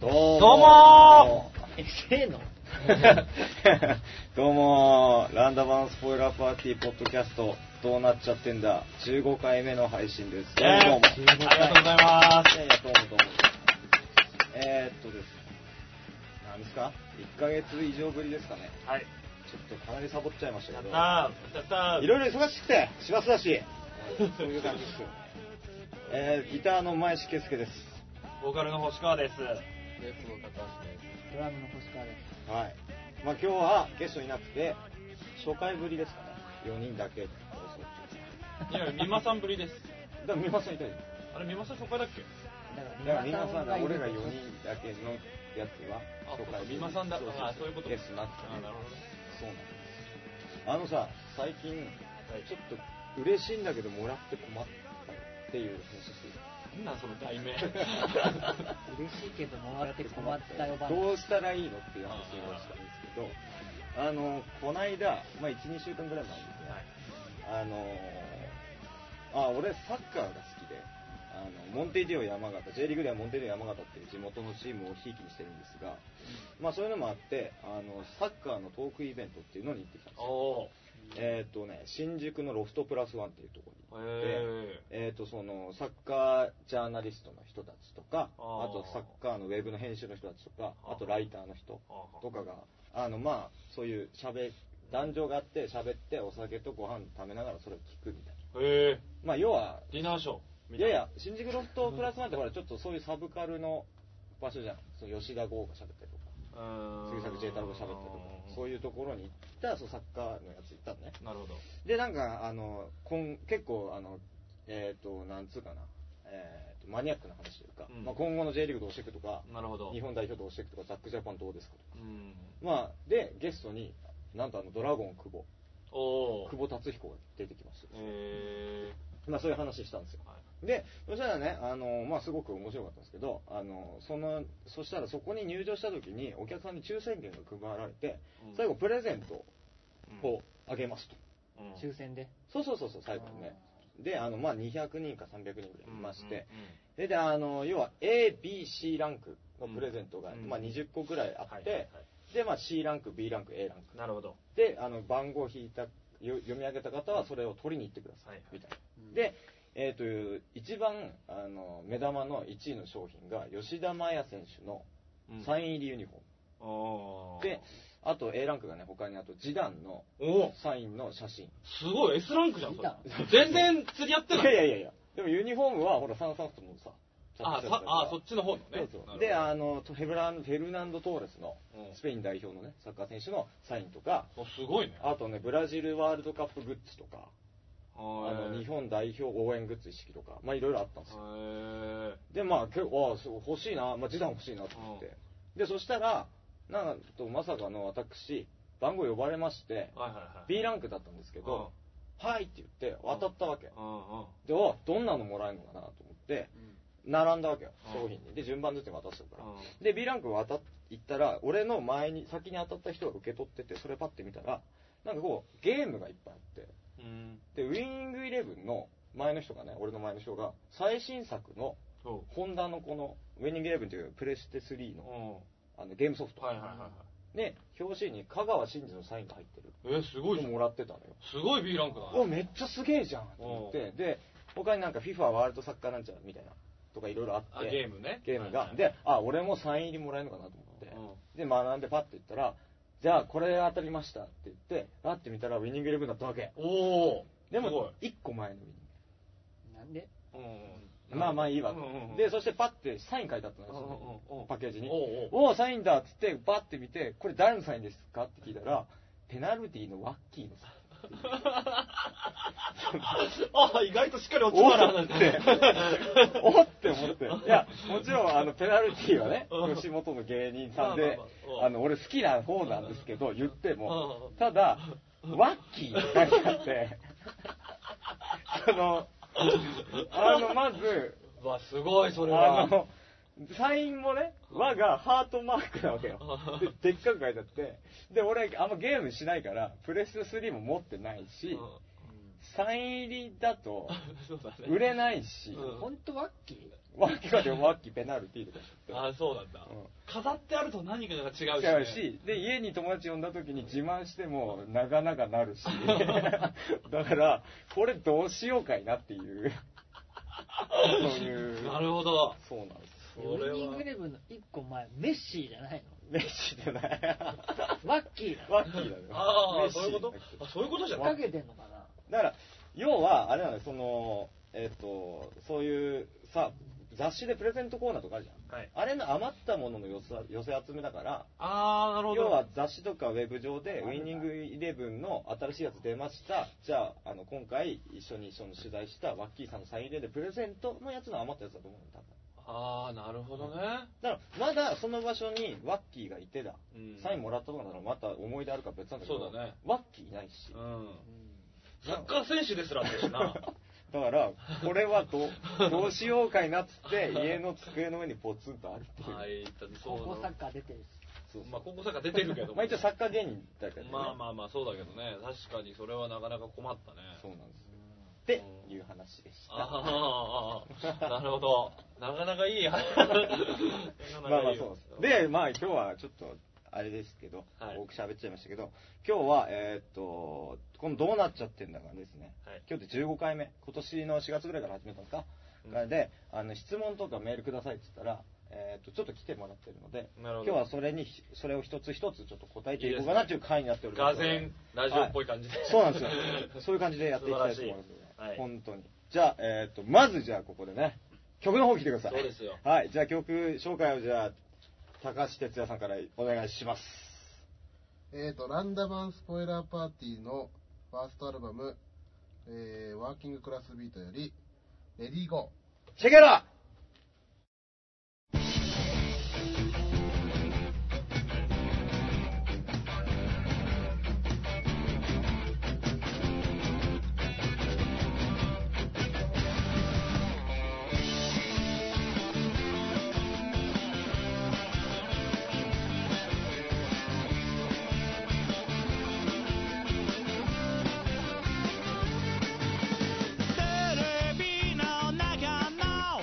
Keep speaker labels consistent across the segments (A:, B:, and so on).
A: どう
B: どうも
A: え、せーの
C: どうもーランダマンスポイラーパーティーポッドキャスト、どうなっちゃってんだ、15回目の配信です。
B: イ
C: ど
B: ェーイ
C: うも。
B: ありがとうございま
C: い
B: す。
C: やいやどうもどうも。えー、っとですね、何ですか ?1 ヶ月以上ぶりですかね。
B: はい。
C: ちょっとかなりサボっちゃいました
B: やっ
C: け
B: た
C: ど
B: ー、、やったー。
C: いろいろ忙しくて、師走だし、えーそういう感じですよ。えー、ギターの前志圭介です。
B: ボーカルの星川です。
A: ドラムの星川で
C: はい。まあ今日はゲストいなくて、初回ぶりですかね。4人だけで放送
B: いや、美馬さんぶりです。
C: 中。だから美馬さんいたよね
B: あれ、美馬さん初回だっけ
A: す。
C: だから
A: 皆
C: 皆さんが俺ら4
A: いる
C: 人だけのやつは
B: あ、そうか、美馬さんだ。あ、そういうこと。
C: ゲストなくて
B: あ、なるほどね。
C: そうなんですあのさ最近
B: はい
C: ちょっと嬉しいんだけどもらって困ったっていう話してる
B: なんなんその題 名。
A: 嬉しいけどもらって困ったよば
C: どうしたらいいのっていう話をしたんですけどあのこないだ、まあ、12週間ぐらい前にねあのあ俺サッカーが好きであのモンテディオ山形 J リーグではモンテディオ山形っていう地元のチームをひいきにしてるんですが、まあ、そういうのもあってあのサッカーのトークイベントっていうのに行ってきたんですよ
B: おー。
C: えっ、とね新宿のロフトプラスワンっていうところに行って、
B: へ
C: えー、とそのサッカージャーナリストの人たちとかあ
B: あー
C: とサッカーのウェブの編集の人たちとか
B: あー
C: あとライターの人
B: ー。あ
C: とかがあのまあそういうしゃべ壇上があって喋ってお酒とご飯食べながらそれを聞くみたいな
B: へえ。
C: まあ要は
B: ディナーショー。
C: いやいや新宿ロフトプラスなんてほらちょっとそういうサブカルの場所じゃんその吉田豪が喋ったりとか
B: うーん
C: 杉作 J 太郎が喋ったりとかそういうところに行ったそうサッカーのやつ行ったのね
B: なるほど。
C: でなんかあのこん結構あのえっ、となんつうかな、えーとマニアックな話というか、
B: うん
C: まあ、今後の J リーグどうしていくとか
B: なるほど。
C: 日本代表どうしていくとかザックジャパンどうですかとか
B: うん。
C: まあでゲストになんとあのドラゴン久保
B: おー
C: 久。保達彦が出てきました、
B: へ
C: まあ、そういう話したんですよ
B: ー。はい
C: でそしたらねあの、まあ、すごく面白かったんですけどあのそのそしたらそこに入場した時にお客さんに抽選券が配られて
B: うん
C: 最後プレゼントをあげますと、
B: うん
A: 抽選で。
C: そうそうそうそう最後にねであの、まあ、200人か300人ぐらいいまして、
B: うんうん
C: でであの要は ABC ランクのプレゼントが、
B: うん
C: まあ、20個ぐらいあって、
B: はいはいは
C: で、まあ、C ランク B ランク A ランク
B: いなるほど。
C: であの番号を引いたよ読み上げた方はそれを取りに行ってください、
B: はいはい
C: みたいなで、えー、と一番あの目玉の1位の商品が吉田麻也選手のサイン入りユニフォーム、
B: おー
C: であと A ランクがね他にあとジダンの
B: おー
C: サインの写真
B: すごい S ランクじゃんそれ
A: 見
B: 全然釣り合っ
C: い
B: てな
C: やい
B: い
C: やいやいやでもユニフォームはほらサンサンフトのさ
B: あさあそっちの方の
C: そ
B: ね
C: うそう
B: なるほど
C: であのフェブランフェルナンド・トーレスの
B: うん
C: スペイン代表のねサッカー選手のサインとか
B: おすごいね
C: あとねブラジルワールドカップグッズとか
B: あ
C: あの日本代表応援グッズ一式とかまあいろいろあったんですよ
B: へ
C: でまあ結構ああそう欲しいな、まあ、示談欲しいなと思ってでそしたらなんとまさかの私番号呼ばれまして
B: ーはいはいはい
C: B ランクだったんですけど「はい」って言って渡ったわけ
B: うんうんうん
C: でおどんなのもらえるのかなと思って並んだわけよ商品にで順番ずつ渡してるからで B ランク渡っ行ったら俺の前に先に当たった人が受け取っててそれパッて見たらなんかこうゲームがいっぱいあって
B: うん
C: でウィニングイレブンの前の人がね俺の前の人が最新作の
B: そ
C: ホンダのこのウィニングイレブンというプレステ3
B: う
C: の
B: うんは
C: あのゲームソフ
B: い
C: ト、
B: はいはいは
C: で表紙に香川真司のサインが入ってる
B: いえすごいじゃん
C: もらってたのよ
B: すごい B ランクだ
C: おめっちゃすげえじゃんと思ってで他になんか FIFA ワールドサッカーなんちゃらみたいなとかいろいろあ
B: あ
C: って
B: ゲームね
C: ゲームが、
B: はいはい
C: であ俺もサイン入りもらえるのかなと思って、で学んでパッて言ったら「じゃあこれ当たりました」って言ってパッて見たらウィニングイレブンだったわけ
B: うんおお
C: です
B: ご
C: も
B: い
C: 1個前のウィニン
A: なんで
B: うんう
C: グ
B: ん
C: まあまあいいわ、
B: うんうんうん
C: でそしてパッてサイン書いてあったの
B: う
C: よ
B: んうんうん
C: そのパッケージに
B: おう
C: 「
B: おう
C: おおサインだ」っつってバッて見て「これ誰のサインですか?」って聞いたらペナルティーのワッキーのサイン
B: あ意外としっかり落ち
C: お
B: た
C: ら
B: な
C: って、おって思って。いや、もちろん、あの、ペナルティーはね
B: うん、
C: 吉本の芸人さんで
B: まあまあま、あ
C: あの、俺好きな方なんですけど、言っても
B: うん、
C: ただ、ワッキーって書いてあって、 その、あの、まず、
B: うわすごいそれは
C: あの、サインもね、和がハートマークなわけよ。ででっかく書いてあって、で、俺、あんまゲームしないから、プレステ3も持ってないし、
B: うん
C: サイン入りだ と、
B: そうだね。
C: 売れないし、
B: うん
A: 本当ワッキー
C: ワッキはでもワッキペナルティーとか知って
B: あそうなんだ、
C: うん
B: 飾ってあると何かが違うし、ね。
C: 違うし、で、家に友達呼んだ時に自慢しても、なかなかなる し、だから、これどうしようかいなっていう、そういう、
B: なるほど。
C: そうなん です。
B: そ
A: ウ
B: れ
A: ィニン
B: は
A: グイ。レブンの一個前、メッシーじゃない
C: メッシじゃ ない。
A: の。ワッキーだ。
C: ワッキーだよ。
B: あ
C: メ
B: あ、
C: ッシ
B: そういうことあそういうことじ
A: 引
B: ゃな
A: っ掛
B: い
A: けてんのかな
C: だから、要は、あれなのよ、その、えっ、と、そういう、さ、雑誌でプレゼントコーナーとかあるじゃん。
B: はい。
C: あれの余ったものの寄せ寄せ集めだから、
B: ああ、なるほど。
C: 要は雑誌とかウェブ上で、ウィニングイレブンの新しいやつ出ました、じゃあ、あの今回、一緒に一緒に取材したワッキーさんのサイン入れでプレゼントのやつの余ったやつだと思うの、多分
B: ああ、なるほどね。
C: だから、まだその場所にワッキーがいてだ、
B: うん
C: サインもらったとかなら、また思い出あるから別なんだけど、
B: そうだね
C: ワッキーいないし
B: う、ん。サッカー選手ですらだし
C: だ
B: な。
C: から、これはどうどうしようかいなっつって、家の机の上にポツンとあるっていう、
B: はい、だってそ
A: 高
B: う
A: 校サッカー出てるし。
C: そうそう
B: まあ、高校サッカー出てるけど。
C: まあ、一応、サッカー芸人だけどね、
B: まあまあまあ、そうだけどね。確かにそれはなかなか困ったね。
C: そうなんですよ。っていう話でした。
B: あ あ、なるほど。なかなかいい。まあ
C: まあまあそうです。で、まあ今日はちょっと、あれですけど、
B: はい
C: 多く喋っちゃいましたけど、今日は、えーっと、このどうなっちゃってんだかですね、
B: はい
C: 今日で15回目、今年の4月ぐらいから始めたんですか、
B: うん
C: で、あの、質問とかメールくださいって言ったら、えーっと、ちょっと来てもらってるので、
B: な
C: 今
B: るほ
C: 日
B: ど
C: はそれに、それを一つ一つちょっと答えていこうかなという回になっておりま
B: が
C: す。
B: ぜん、ラジオっぽい感じで。
C: そうなんですよ。そういう感じでやっていきたいと思います
B: 素晴らしいはい
C: 本当に。じゃあ、えーっと、まずじゃあここでね、曲の方来てください。
B: そうですよ
C: はい、じゃあ曲紹介をじゃあ、高橋哲也さんからお願いします。
D: えー、と、ランダマンスポイラーパーティーのファーストアルバム、えーワーキングクラスビートより、レディーゴー。
C: チェケラ
E: テレビの中の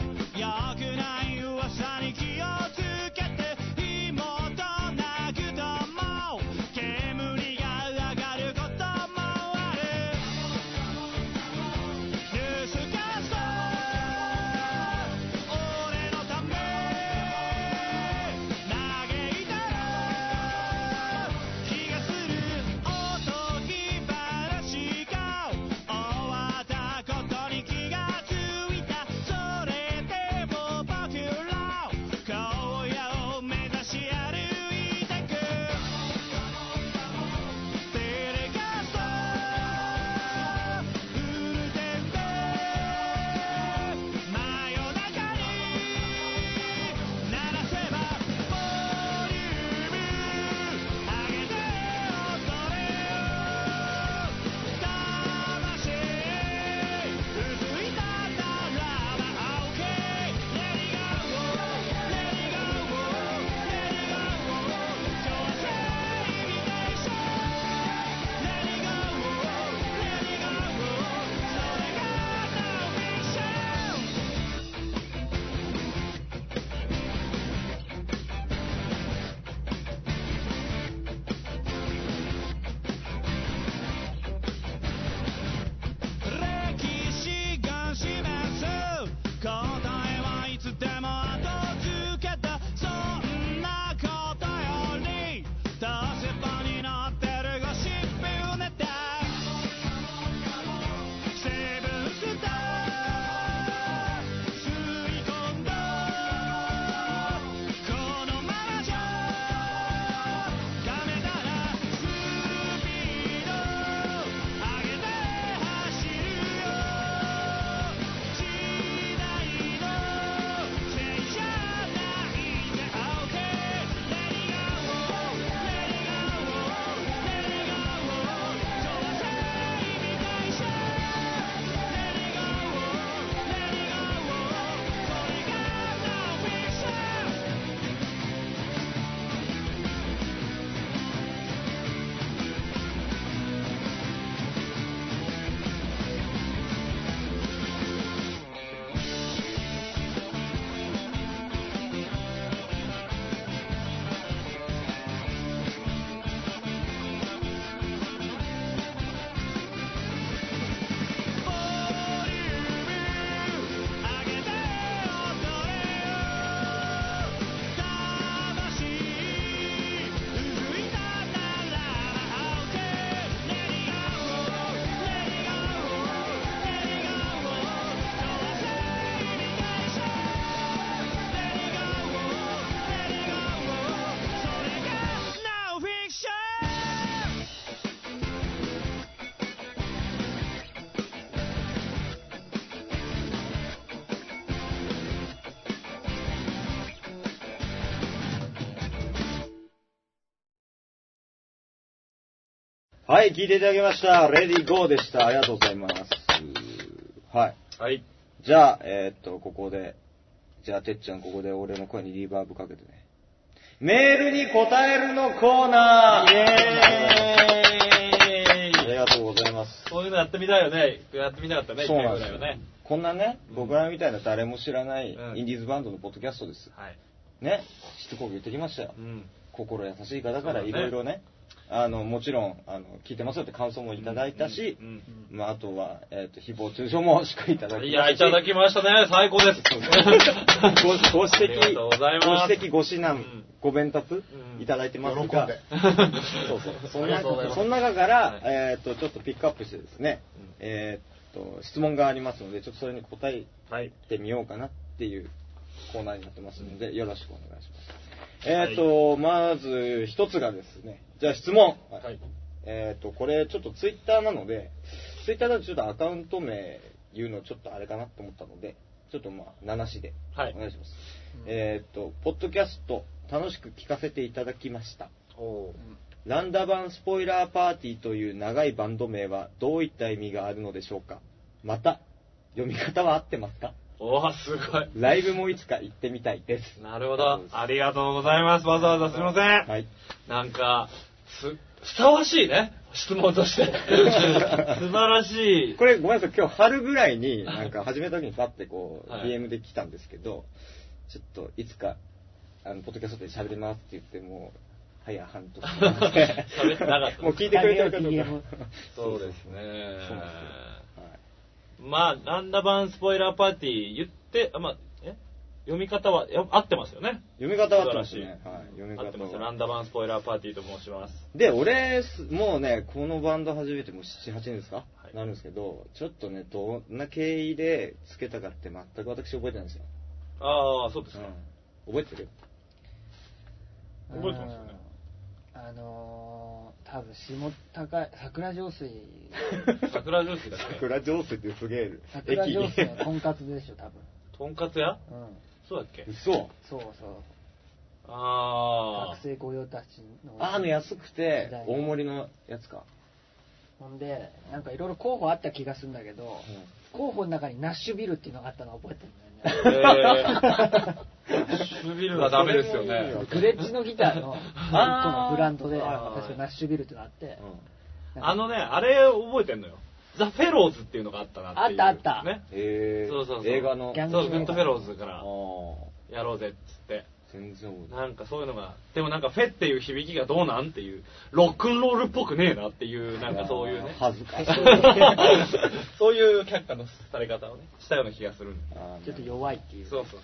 C: はい、聞いていただきました。レディーゴーでした。ありがとうございます。はい。
B: はい。
C: じゃあ、えーっと、ここで、じゃあ、てっちゃん、ここで俺の声にリバーブかけてね。メールに答えるのコーナー
B: イエ
C: あ
B: ー
C: り
B: イ
C: がとうございます。
B: そういうのやってみたいよね。やってみたかったね、
C: そうなん
B: 一
C: です
B: 回
C: よ
B: ぐらいはね。
C: こんなね、
B: うん
C: 僕らみたいな誰も知らない
B: うん
C: インディーズバンドのポッドキャストです。
B: はい。
C: ね、しつこく言ってきましたよ。
B: うん。
C: 心優しい方から
B: そうだね
C: いろいろね、あの、もちろん、あの、聞いてますよって感想もいただいたし、
B: うんうん
C: まあ、あとは、えーっと、誹謗中傷もしっかりいただきましたし
B: いや、い ただきましたね。最高です。
C: ごご指
B: ありが
C: 摘、
B: とうございます
C: 指摘、ご指南
B: うん、
C: ご鞭撻
B: うん
C: いただいてますが、
D: 喜んで
C: そうそう、その
B: ありがとうござ
C: 中
B: います
C: その中から、
B: はい
C: えーっと、ちょっとピックアップしてですね、
B: うん
C: えーっと、質問がありますので、ちょっとそれに答え
B: はい。
C: てみようかなっていうコーナーになってますので、よろしくお願いします。えーっと、まず一つがですね、じゃあ質問。
B: はい。
C: えーっと、これちょっとツイッターなので、ツイッターだとちょっとアカウント名言うのちょっとあれかなと思ったので、ちょっとまあ、7しで。
B: はい
C: お願いします。えーっと、ポッドキャスト楽しく聞かせていただきました。
B: お
C: ランダバンスポイラーパーティーという長いバンド名はどういった意味があるのでしょうかまた、読み方は合ってますか
B: おーすごい。
C: ライブもいつか行ってみたいです。
B: なるほど。ありがとうございます。わざわざすみません。
C: はい。
B: なんか、す、ふさわしいね。質問と して。素晴らしい。
C: これごめんなさい、今日春ぐらいに、なんか始めた時にパッてこう、
B: はい
C: DM で来たんですけど、ちょっといつか、あの、ポッドキャストで喋りますって言って、もう、早半年。
B: 喋ってなかっ た。
C: もう聞いてくれてるかど
A: 二回目
C: う
A: の
C: か
B: そうです
C: そ
B: ね
C: うなんですよはい
B: まあ、ランダバンスポイラーパーティー言って、あまあ、え読み方は、や合ってますよね。
C: 読み方は合ってますね
B: 素。晴
C: はい
B: らし、
C: 読み
B: 合ってます
C: 方
B: よ。
C: は
B: ランダバンスポイラーパーティーと申します。
C: で、俺、すもうね、このバンド始めてもう7、8年ですか、
B: はい
C: なるんですけど、ちょっとね、どんな経緯でつけたかって全く私覚えてないんですよ。
B: ああ、そうですか。
C: うん、覚えてる
B: 覚えてますよね
A: あのー、多分下高い桜上水
B: 桜ジュースだっけ
C: 桜上水ってすげえ
A: 桜上水のと
C: 駅
A: んかつでしょ多分
B: とんかつ屋
A: うん
B: そうだっけ
C: 嘘
A: そうそう
B: ああ
A: 学。生御用達の
C: あの安くて
A: 時代、の
C: 大盛りのやつか。
A: ほんでなんかいろいろ候補あった気がするんだけど、候補の中にナッシュビルっていうのがあったの覚えてる んだよね
B: えー、シュビルはダメですよね。
A: グレッジのギターの1個のブランドで
B: あー
A: 私はナッシュビルっていうのがあって、
C: うん
B: あのね、あれ覚えてんのよ。ザ・フェローズっていうのがあったなっていう。
A: あったあった
B: ね。
C: えー、
B: そうそうそう
C: 映画の。
A: ギャン
B: そう、グッドフェローズか
C: あ
B: ら
C: ー
B: やろうぜっつって。
C: 全然覚えてない。
B: なんかそういうのが、でもなんかフェっていう響きがどうなんっていう、ロックンロールっぽくねえなっていう、なんかそういうね。
C: 恥ずか しい。
B: そういう却下のされ方をね、したような気がするんだ
C: あー
A: ちょっと弱いっていう
B: そうそうそう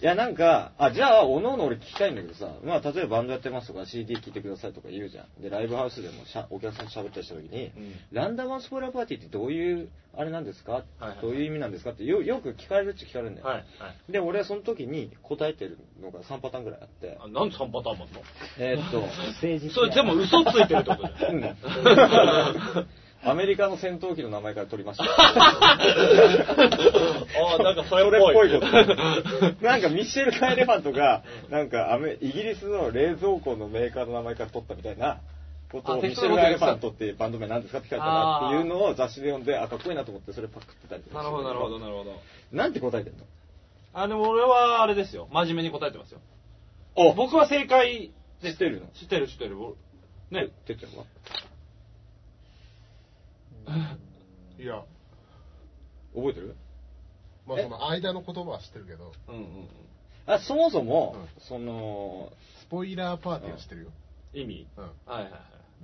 C: いや、なんか、あ、じゃあ、おのおの俺聞きたいんだけどさ、まあ、例えばバンドやってますとか、CD 聴いてくださいとか言うじゃん。で、ライブハウスでもしゃお客さんと喋ったりした時に、
B: うん
C: ランダムスポイラーパーティーってどういう、あれなんですか、
B: いはい
C: どういう意味なんですかってよ、よく聞かれるっちゃ聞かれるん
B: そ
C: だ
B: う
C: よ。
B: そう。はい、はい。
C: で、俺はその時に答えてるのが3パターンぐらいあって、
B: あなんで3パターンもあんの
C: えーっと、
A: 政治
B: それでも嘘ついてるってことだ よ。
C: アメリカの戦闘機の名前から取りました。
B: ああ、なんかそれっ
C: それっ
B: ぽ
C: ぽい
B: い。
C: こと。なんかミシェル・カエレファントが、なんかアメイギリスの冷蔵庫のメーカーの名前から取ったみたいなこと
B: あ
C: をミ
B: 適
C: シ
B: 当
C: ェ
B: なこ
C: ル・カエレフ
B: と言ってた
C: ァントっていうバンド名なんですかって聞かれたなっていうのを雑誌で読んで、あ、かっこいいなと思ってそれパクってたりとか
B: な
C: し
B: る
C: て
B: ほど、なるほど、なるほど。
C: なんて答えてんの
B: あ、でも俺はあれですよ。真面目に答えてますよ。
C: お
B: 僕は正解
C: 知ってるの
B: 知ってる知ってる。俺ね。
C: てっちゃんは
E: いや、
C: 覚えてる
E: まあその間の言葉は知ってるけど、
B: うんうんうん。
C: あ、そもそも
E: うん、
C: その、
E: スポイラーパーティーは知ってるよ。
B: 意味
E: うん。
B: はいはいはい。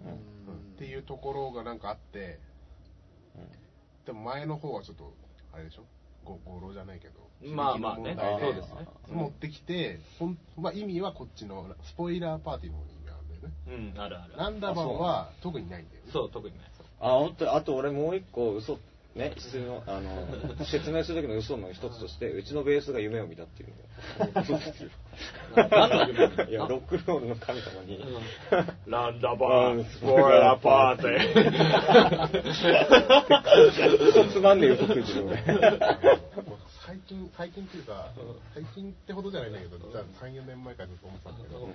E: うんっていうところがなんかあって、でも前の方はちょっと、あれでしょご語呂じゃないけど。
B: まあまあね
E: 響きの問題
C: そうですね
E: 持ってきて、ほんまあ意味はこっちの、スポイラーパーティーの意味があるん
B: う
E: だよね。
B: ん、あるある。
E: ランダマンは特にないんだよね。
B: そう、特にね。
C: あ、本当にあと俺もう一個嘘、ね、質問、あ の、説明する時の嘘の一つとして、うちのベースが夢を見たっていうのそうですよ。
B: 何の夢を見た
C: いや、ロックロールの神様に。
B: ランダ
C: バー
B: スポイラーパーテ
C: 嘘つまんねえ嘘ついてる 俺。
E: もう最近、最近っていうか、最近ってほどじゃないんだけど、実は3、4年前からずっと思ってたんだけど、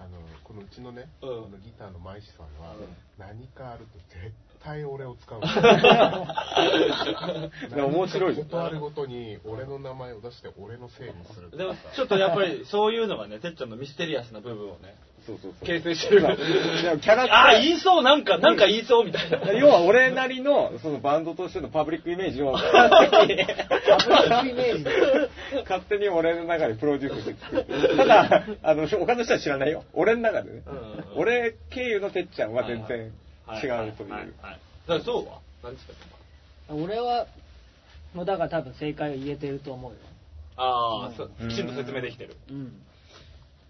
E: あのこのうちのね、
B: うん
E: このギターの舞師さんは、
C: うん
E: 何かあると絶対俺 を使う何か
C: 面白いですね
E: ことあるごとに俺の名前を出して俺のせいにす る
B: でも、ちょっとやっぱり、そういうのがね、てっちゃんのミステリアスな部分をね、
C: そうそうそう。
B: 形成してる
C: まあでもキャラクター。
B: ああ、言いそう、なんか、なんか言いそうみたい な。
C: 要は俺なりの、そのバンドとしてのパブリックイメージを、
A: イメージで
C: 勝手に俺の中でプロデュースして作るただ、あの、他の人は知らないよ。俺の中でね
B: うんうんうん。
C: 俺経由のてっちゃんは全然
B: は
C: 違う
B: い
C: とい
B: はいは
C: う。
B: はいだからそうは何ですか
A: 俺はもうだから多分正解を言えてると思うよ
B: ああ、そう
C: うん
B: きちんと説明できてる。
A: うん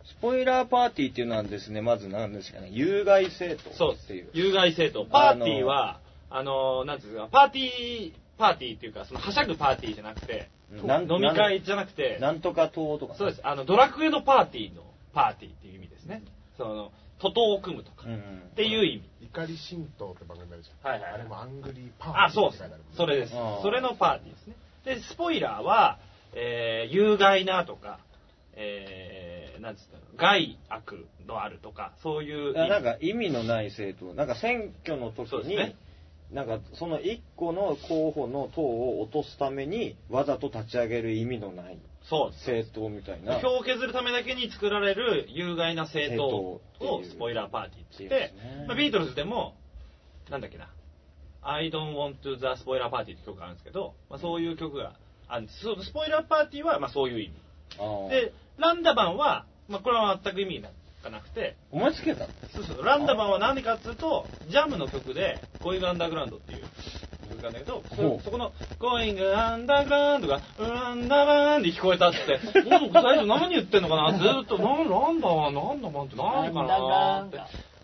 C: スポイラーパーティーっていうのはですね、まず何ですかね、有害生徒
B: そう
C: っていう。
B: 有害生徒。パーティーは、あのー、なんていうんですか、パーティー、パーティーっていうか、そのはしゃぐパーティーじゃなくて、
C: なん
B: 飲み会じゃなくて、
C: なんとか党とかね。
B: そうです。あの、ドラクエのパーティーのパーティーっていう意味ですね。その、徒党を組むとか、
C: うんうん
B: っていう意味。
E: 怒り神道って番組あるじゃん、
B: はいはいはい
E: あれもアングリーパー
B: あ、そうです
E: って書いてあるもんね。
B: それです
C: あー。
B: それのパーティーですね。で、スポイラーは、えー有害なとか、えー、なんつったの、害悪のあるとか、そういう意味。
C: あなんか意味のない政党、なんか選挙の時
B: そうです
C: に、
B: ね
C: なんかその1個の候補の党を落とすために、わざと立ち上げる意味のない
B: そうです。
C: 政党みたいな。
B: 票を削るためだけに作られる有害な政党
C: 政党っ
B: を
C: ていう
B: スポイラーパーティーって言っ
C: で
B: て
C: すね、
B: まあ、ビートルズでも、なんだっけな、I don't want to the spoiler party って曲があるんですけど、まあ、そういう曲があるんです。そうスポイラーパーティーはまあそういう意味。
C: あー
B: で、ランダバンは、まあ、これは全く意味がなくて、
C: お前つけたの
B: そうそうランダバンは何でかっていうと、ジャムの曲で、Going Underground っていう曲があるんだけど、
C: ほ
B: そうそこの Going Underground が、ランダバンで聞こえたっつって、もう最初何言ってんのかなずーっと、なランダバン、ランダバンって何かなって。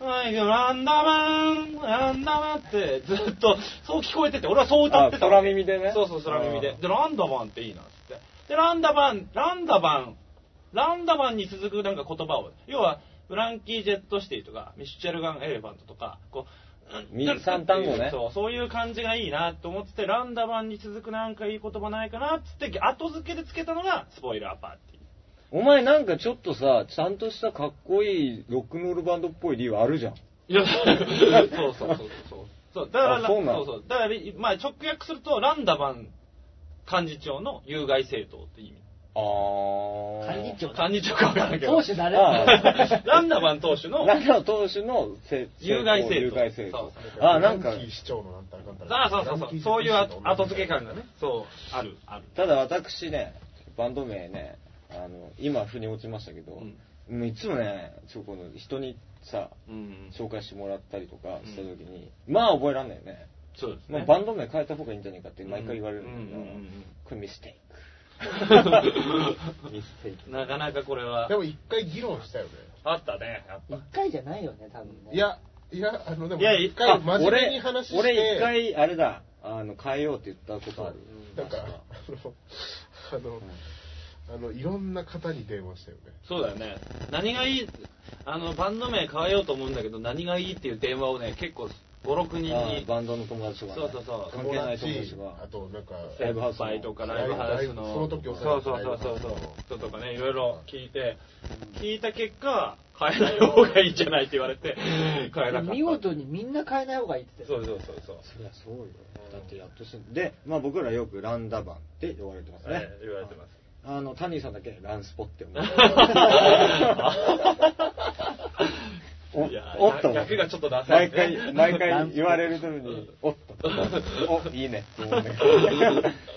B: はい、ランダバン、ランダバンって、ずっと、そう聞こえてて、俺はそう歌ってた
C: あ
B: の。
C: 空耳でね
B: そうそう、空耳で
C: あ。ー
B: で、ランダバンっていいなっつって。で、ランダバン、ランダバン、ランダバンに続くなんか言葉を、要は、フランキー・ジェット・シティとか、ミッシェルガン・エレファントとか、こう、
C: み三単語ね
B: そう、そういう感じがいいなと思ってて、ランダバンに続くなんかいい言葉ないかなっつって、後付けでつけたのが、スポイラーパーティー。
C: お前なんかちょっとさ、ちゃんとしたかっこいいロックンロールバンドっぽい理由あるじゃん。
B: いや、そうそうそうそう。そう、だから、
C: あそうな
B: そ
C: の
B: うそう。だから、まあ直訳すると、ランダバン幹事長の有害政党って意味。
C: あー。
A: 幹事長だ
B: 幹事長かわからんけど。
A: 党首誰
C: あ
B: ランダバン党首の、
C: 中野投手のせ
B: 有害政
C: 有
B: 党
C: 害政党
B: そう
C: あー、なんか
E: フラン、キー市長のなんたらかんた
B: あ
E: ら。
B: そうそうそう。そういう後後付け感がね、そう、ある、ある。
C: ただ私ね、バンド名ね、あの、今、腑に落ちましたけど、もういつもね、そうこの人にさ、
B: うん。
C: 紹介してもらったりとかした時に、まあ覚えらんないよね。
B: そうです
C: まあ、
B: ね。
C: バンド名変えた方がいいんじゃないかって毎回言われるんだけど、
B: うんうんうんうん
C: これミステイ ク。ミステイク。
B: なかなかこれは
E: で、も一回議論したよね。
B: あったね、やっぱ
A: 一。回じゃないよね多分ね
E: いや、いや、あの、でも、
B: いや
E: 一
B: あ
E: 回真面目に話して、
C: 俺、俺一回、あれだ、あの、変えようって言ったことある。
E: なんか、あの、あの、あの、いろんな方に電話したよね。
B: そうだよね。何がいい、あの、バンド名変えようと思うんだけど、何がいいっていう電話をね、結構、5、6人
C: あ
B: に
C: ー、バンドの友達とか、ね。
B: そうそうそう
C: 関係ない友達
E: 友達あ
C: が。
E: と、なんか、
C: ライブハウス
B: 先輩とかライブハウスの、
E: その時お世
B: そうそう
E: 話になった
B: そうそうそ
E: ライブハウスの
B: う、人とかね、いろいろ聞いて、聞いた結果、変えない方がいいんじゃないって言われて、変えなかった。
A: 見事にみんな変えない方がいいって言って
B: そうそうそうそう。
C: そりゃそうよ。だってやっとしてで、まあ僕らよくランダバンって呼ばれてますね。
B: はい言われてます。
C: あの、タニーさんだけランスポって 思う。お
B: いや
C: おっと。
B: 役がちょっとダサ
C: 毎
B: い
C: 回、毎回言われるために、おっと。 お、いいね。って思うんだけど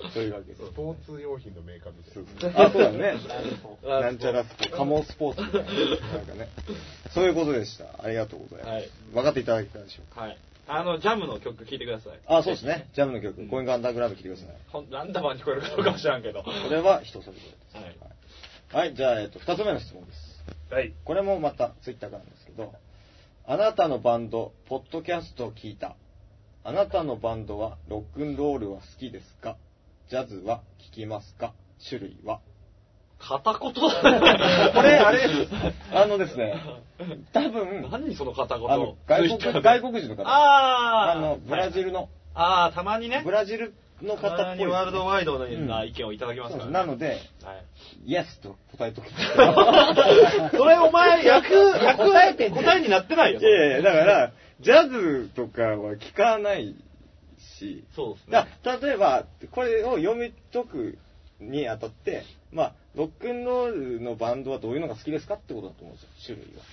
C: そういうわけです。
E: スポーツ用品のメーカーみたいな。
C: あ、そうだね。
B: ランスポ
C: なんちゃらスポーツ、カモスポーツみたいな。なんかね。そういうことでした。ありがとうございます。
B: はい
C: 分かっていただけたでしょうか。
B: はい。あの、ジャムの曲聴いてください。
C: あ、そうですね。ジャムの曲、ゴイングアンダーグラウンド聴いてください。
B: ほん。ランダムに聞こえるかどうかも知らんけど。
C: これは人それぞれ
B: は
C: で
B: い
C: す。はい、じゃあ、えっと、二つ目の質問です。
B: はい。
C: これもまたツイッターからなんですけど、あなたのバンド、ポッドキャストを聞いた。あなたのバンドはロックンロールは好きですかジャズは聴きますか種類 は
B: 片言だね。
C: これ、あれ、あのですね、多分、
B: 何その片言
C: あの外国外国人の方
B: ああ
C: あの、ブラジルの、
B: ああ、たまにね。
C: ブラジルっの方っぽいですね、
B: にワールドワイド
C: うん
B: な意見をいただきます
C: そう
B: か
C: で
B: ら
C: すな
B: ね。
C: ので、
B: はい。
C: イエスと答えとく。
B: それお前、役、役
A: 答えてんじゃん
B: 答えになってないよ。
C: いやいや、だから、ジャズとかは聞かないし、
B: そうです
C: だ
B: ね。
C: 例えば、これを読み解くにあたって、まあ、ロックンロールのバンドはどういうのが好きですかってことだと思うんですよ、種類は。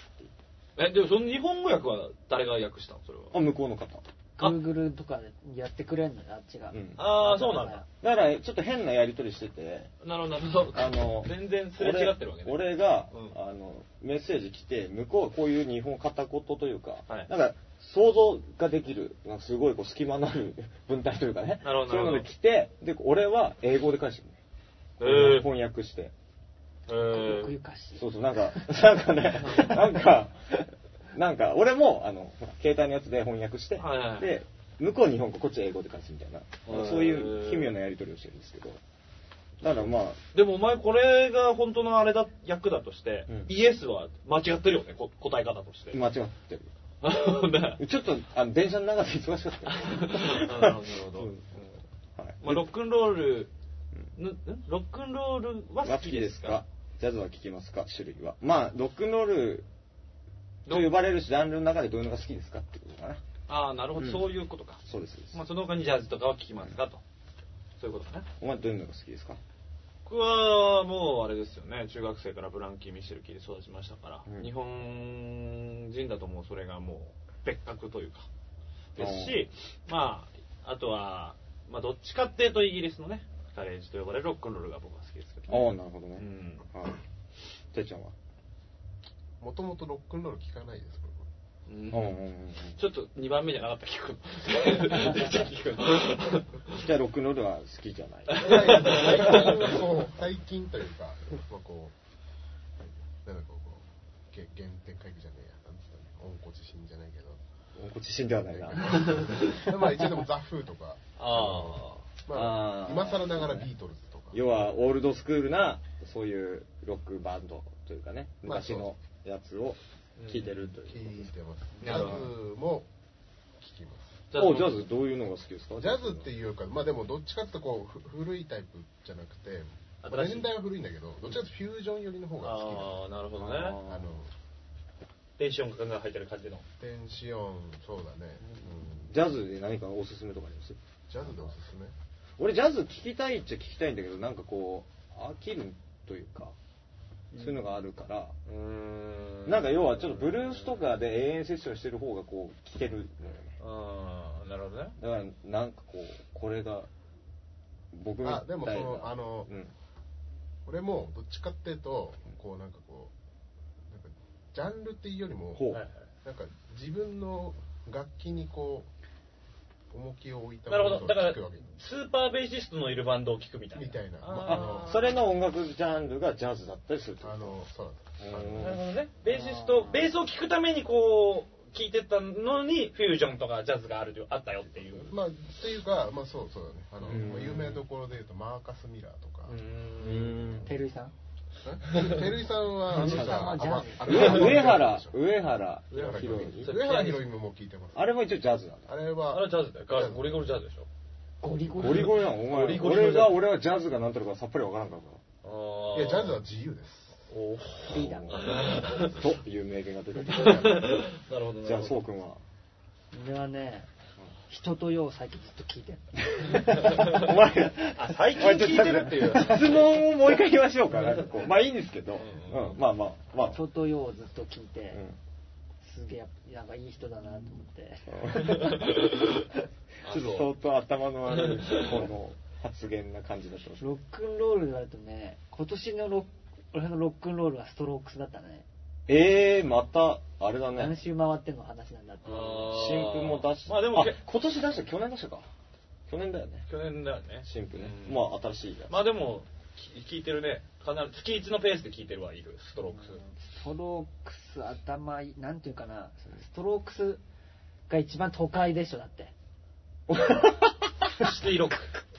B: え、でもその日本語訳は誰が訳したのそれは。
C: あ、向こうの方。
B: か
A: Google とかでやってくれんのよ、あっちが。
C: うん
B: あーそうなんだ。
C: だから、ちょっと変なやりとりしてて、
B: なるほど、なるほど。
C: あの
B: 全然すれ違ってるわけね。
C: 俺俺が、
B: うん
C: あの、メッセージ来て、向こうはこういう日本片言というか、
B: はい
C: なんか、想像ができる、なんかすごいこう隙間のある 文体というかね、
B: なるほど
C: そういうの
B: なる
C: で
B: ほ
C: 来
B: ど
C: て、で、俺は英語で返してく
B: え
C: る、
B: ー
C: 翻訳して。
B: え
A: 奥ゆ
B: ー
A: かしい。
C: そうそう、なんか、 なんかね、なんか、なんか、俺も、あの、ほら携帯のやつで翻訳して、
B: はいはい
C: で、向こう日本語、こっち英語で返すみたいな、
B: ー
C: そういう奇妙なやり取りをしてるんですけど、だからまあ、
B: でもお前これが本当のあれだ、役だとして、
C: うん
B: イエスは間違ってるよね、こ答え方として。
C: 間違って
B: なるほどね
C: る。ちょっと、あの、電車の中で忙しかった。
B: なるほどなるほど
C: うんはい
B: まあ、ロックンロール、んんロックンロールは
C: は
B: 好
C: 好
B: き
C: き
B: で
C: ですす
B: か
C: かジャズは聴きますか種類は。まあ、ロックンロールと呼ばれるジャンルの中でどういうのが好きですかってことかな。
B: ああ、なるほど、
C: うん
B: そういうことか。
C: そうです。そうです
B: まあ、その他にジャズとかは聞きますかと。そういうことかね。
C: お前どういうのが好きですか
B: 僕はもうあれですよね中学生からブランキー・ミシェルキーで育ちましたから、
C: うん
B: 日本人だともうそれがもう別格というかですし、まああとは、まあ、どっちかっていうとイギリスのねガレージと呼ばれるロックンロールが僕は好きですけど、
C: ああ、なるほど
B: う
C: ね。
B: ん、
C: はい。てっちゃんは
E: もともとロックンロール聞かないです、僕
B: う
C: う
B: ん
C: んうんうんうん。
B: ちょっと2番目じゃなかっ た聞くちょっと聞く
C: じゃあ、ロックンロールは好きじゃない。
E: いやいや最近こう最近というか、まあこう、なんかこう、げ原点回帰じゃねえや、なんつったの、温故知新じゃない けど、
C: こっち死んではない な。
E: まあ一応でもザ・フーとか、
B: あ
E: ま
C: あ
E: あ、
C: ー
E: 今更ながらビートルズとか、
C: 要は、オールドスクールな、そういうロックバンドというかね、
E: まあ
C: 昔のやつを聴いてると
E: 聞
C: いう。
E: いてます。ジ
B: な
E: ャ
B: る
E: ズ
B: ほど
E: も聞きます。
B: あ
C: おジャズどういうのが好きですか
E: ジャズっていうか、まあでもどっちかっていうとこうふ古いタイプじゃなくて、まあ
B: 新しい
E: 年代は古いんだけど、どっちかっていうとフュージョン寄りの方が好
B: ああなるほどね
C: あ
E: き
C: ー
E: なの。あの、
B: 電子音楽が入ってる感じの
E: テンシオン、そうだね。うん
C: ジャズで何かおすすめとかあります
E: ジャズでおすすめ
C: 俺ジャズ聴きたいっちゃ聴きたいんだけどなんかこう飽きるというかそういうのがあるから、なんか要はちょっとブルースとかで永遠セッションしてる方がこう聴けるのよね
B: ああなるほどね
C: だからなんかこうこれが僕みたいな
E: あでもそのあの
C: うん
E: 俺もどっちかっていうとこうなんかこうなんかジャンルっていうよりも
C: ほう、
B: はい
E: なんか自分の楽器にこう重きを置いた
B: なるほど。だから、
E: くわけ
B: スーパーベーシストのいるバンドを聴くみたいな。
E: みたいなま
B: あ
E: あ
B: ー
C: それの音楽ジャンルがジャズだったりするってこ
E: あ
C: と
E: のそう
C: う
E: なんん
B: なるほどね。ベーシスト、ベースを聴くためにこう、聴いてたのに、フュージョンとかジャズがあるよあったよっていう。
E: まあっていうかまあそうそうだねあの
C: うん
E: まあ有名どころでいうとマーカス・ミラーとか
C: うーん
A: てるいさん
E: え照井さん はあの
A: 照井さんはジャズ
E: あのあの
C: 上上原
E: 上
C: 上原
E: 原ひろ
C: 広
E: み
C: い
B: それ
E: 上原ひろみも聞いてます
C: あれも一応ジャズなんだ
E: あれ
B: あ
E: は
B: れはジャズだよ。ガゴリゴリジャズでしょ。
A: ゴリゴリ。
C: ゴリゴリなのお前
B: ゴリゴリ
C: 俺が俺はジャズがなんとなくさっぱりわからんからな
B: あ
E: いやジャズは自由です
B: おー
A: リーダー。
C: という名言が出てきた。
B: なるほどね。
C: じゃあ、そうくんは。
A: 俺はね、人とよう最近ずっと聞いてる。
C: お前
B: あ最近聞いてるっていう
C: お前ちょっと質問をもう一回言いましょうか。なんかこうまあいいんですけど。うん、まあまあ、まあ。
A: 人とようずっと聞いうて、
C: ん
A: すげえやっぱ、なんかいい人だなと思って。
C: ちょっと相当頭の悪い、この発言な感じだと 思う。
A: ロックンロール言われるとね、今年のロック俺のロックンロールはストロークスだったね。
C: ええー、また、あれだ
A: 何
C: ね。
A: 周回ってんの話なんだって。
B: あー
C: 新婦も出し
B: まあでもけ
C: 今年出した、去年出したか。去年だよね。
B: 去年だよね。
C: 新婦ね。
B: うん
C: まあ、新しいやつ。
B: まあでも、聴いてるね。かなり月一のペースで聴いてるはいる、ストロー クス。
A: ストロークス頭いい、なんていうかな、ストロークスが一番都会でしょ、だって。
B: シティロック。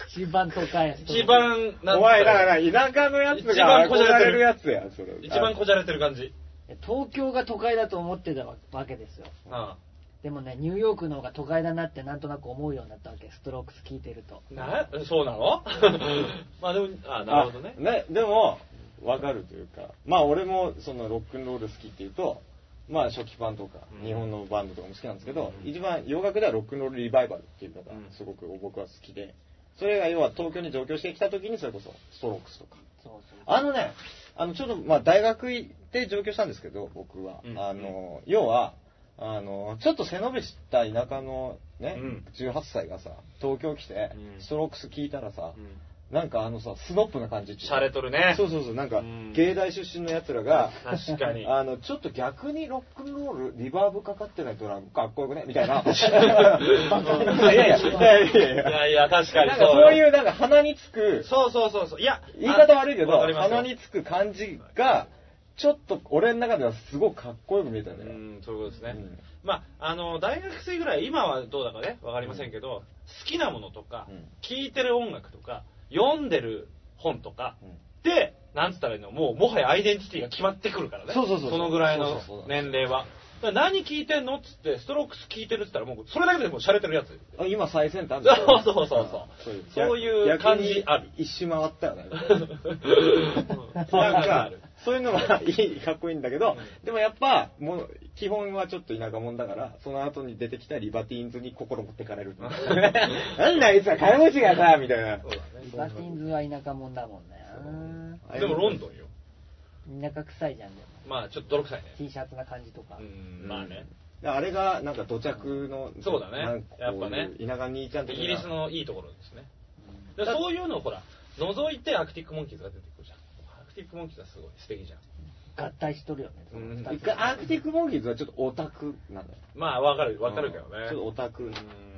A: 一番都会。
B: 一番、なんつったら
C: お前、だから、田舎のやつが
B: 一番こ
C: 憧
B: じゃれて
C: れ
B: る
C: るやつや、それ。
B: 一番こじゃれてる感じ。
A: 東京が都会だと思ってたわけですよ。
B: あ
A: でもね、ニューヨークの方が都会だなってなんとなく思うようになったわけ、ストロークス聞いてると。
B: なそうな のまあでも、あなるほどね
C: あ。ねでも分かるというかまあ俺もそのロックンロール好きっていうとまあ初期版とか
B: うん
C: 日本のバンドとかも好きなんですけど、
B: うん
C: 一番洋楽ではロックンロールリバイバルっていうのが
B: うん
C: すごく僕は好きでそれが要は東京に上京してきた時にそれこそストロークスとか
A: そうそう。
C: あのねあのちょっとまあ大学行って上京したんですけど僕は、
B: うん
C: あの要はあのちょっと背伸びした田舎のね、
B: うん
C: 18歳がさ東京来て
B: うん
C: ストロークス聞いたらさ、なんかあのさスノップな感じっていう
B: シ
C: か
B: ャレとるね。
C: そうそうそう、なんか
B: うん、
C: 芸大出身の奴らが、
B: 確か に。
C: あの、ちょっと逆にロックンロール、リバーブかかってないドラム、かっこよくねみたい な。バカ
B: うん
C: いやいや、いやいやい
B: い
C: や。
B: やいや、確かに
C: なん
B: そ
C: か
B: う。
C: そういう、なんか鼻につく、
B: そうそうそうそう。いや、
C: 言い方悪いけど
B: わかり、ますよ
C: 鼻につく感じが、ちょっと俺の中ではすごくかっこよく見えた
B: う
C: ね。
B: ん、そういうことですね。
C: うん
B: まあ、あの、大学生ぐらい、今はどうだかね、わかりませんけど、好きなものとか
C: うん、
B: 聴いてる音楽とか、読んでる本とか
C: うん、
B: で、なんつったらいいの、もう、もはやアイデンティティが決まってくるからね。
C: そうそうそう
B: そのぐらい
C: そ
B: の
C: うそうそう
B: 年齢は。だから何聴いてんのっつって、ストロークス聴いてるっつったら、もう、それだけでもう洒落てるや つ。
C: あ今最先端
B: そうそうそうそうそういう感じある
C: る。一周回った よね。
B: なん
C: なん
B: か
C: か
B: ある。、
C: そういうのはいい、かっこいいんだけど、でもやっぱ、もう、基本はちょっと田舎者だから、その後に出てきたリバティーンズに心持ってかれる。 なんだあいつは金持ちがさ、みたいな。
A: リバティンズは田舎もんだもんね。
B: でもロンドンよ。
A: 田舎臭いじゃん、でも。
B: まあ、ちょっと泥臭いね。
A: T シャツな感じとか。
B: うん、まあね。
C: あれが、なんか土着の、
B: そうだね
C: なんかこう
B: やっぱね
C: 田舎兄ちゃん
B: イ
C: 的な
B: ギリス。のいいところですね。でそういうのをほら、覗いてアクティックモンキーズが出てくるじゃん。アクティックモンキーズはすごい素敵じゃん。
A: 合体しとるよね、その二つ
B: うん
C: 一回アークティックモンキーズはちょっとオタクなんだよ。
B: まあ、わかる、わかるけどね
C: ちょっ。とオタク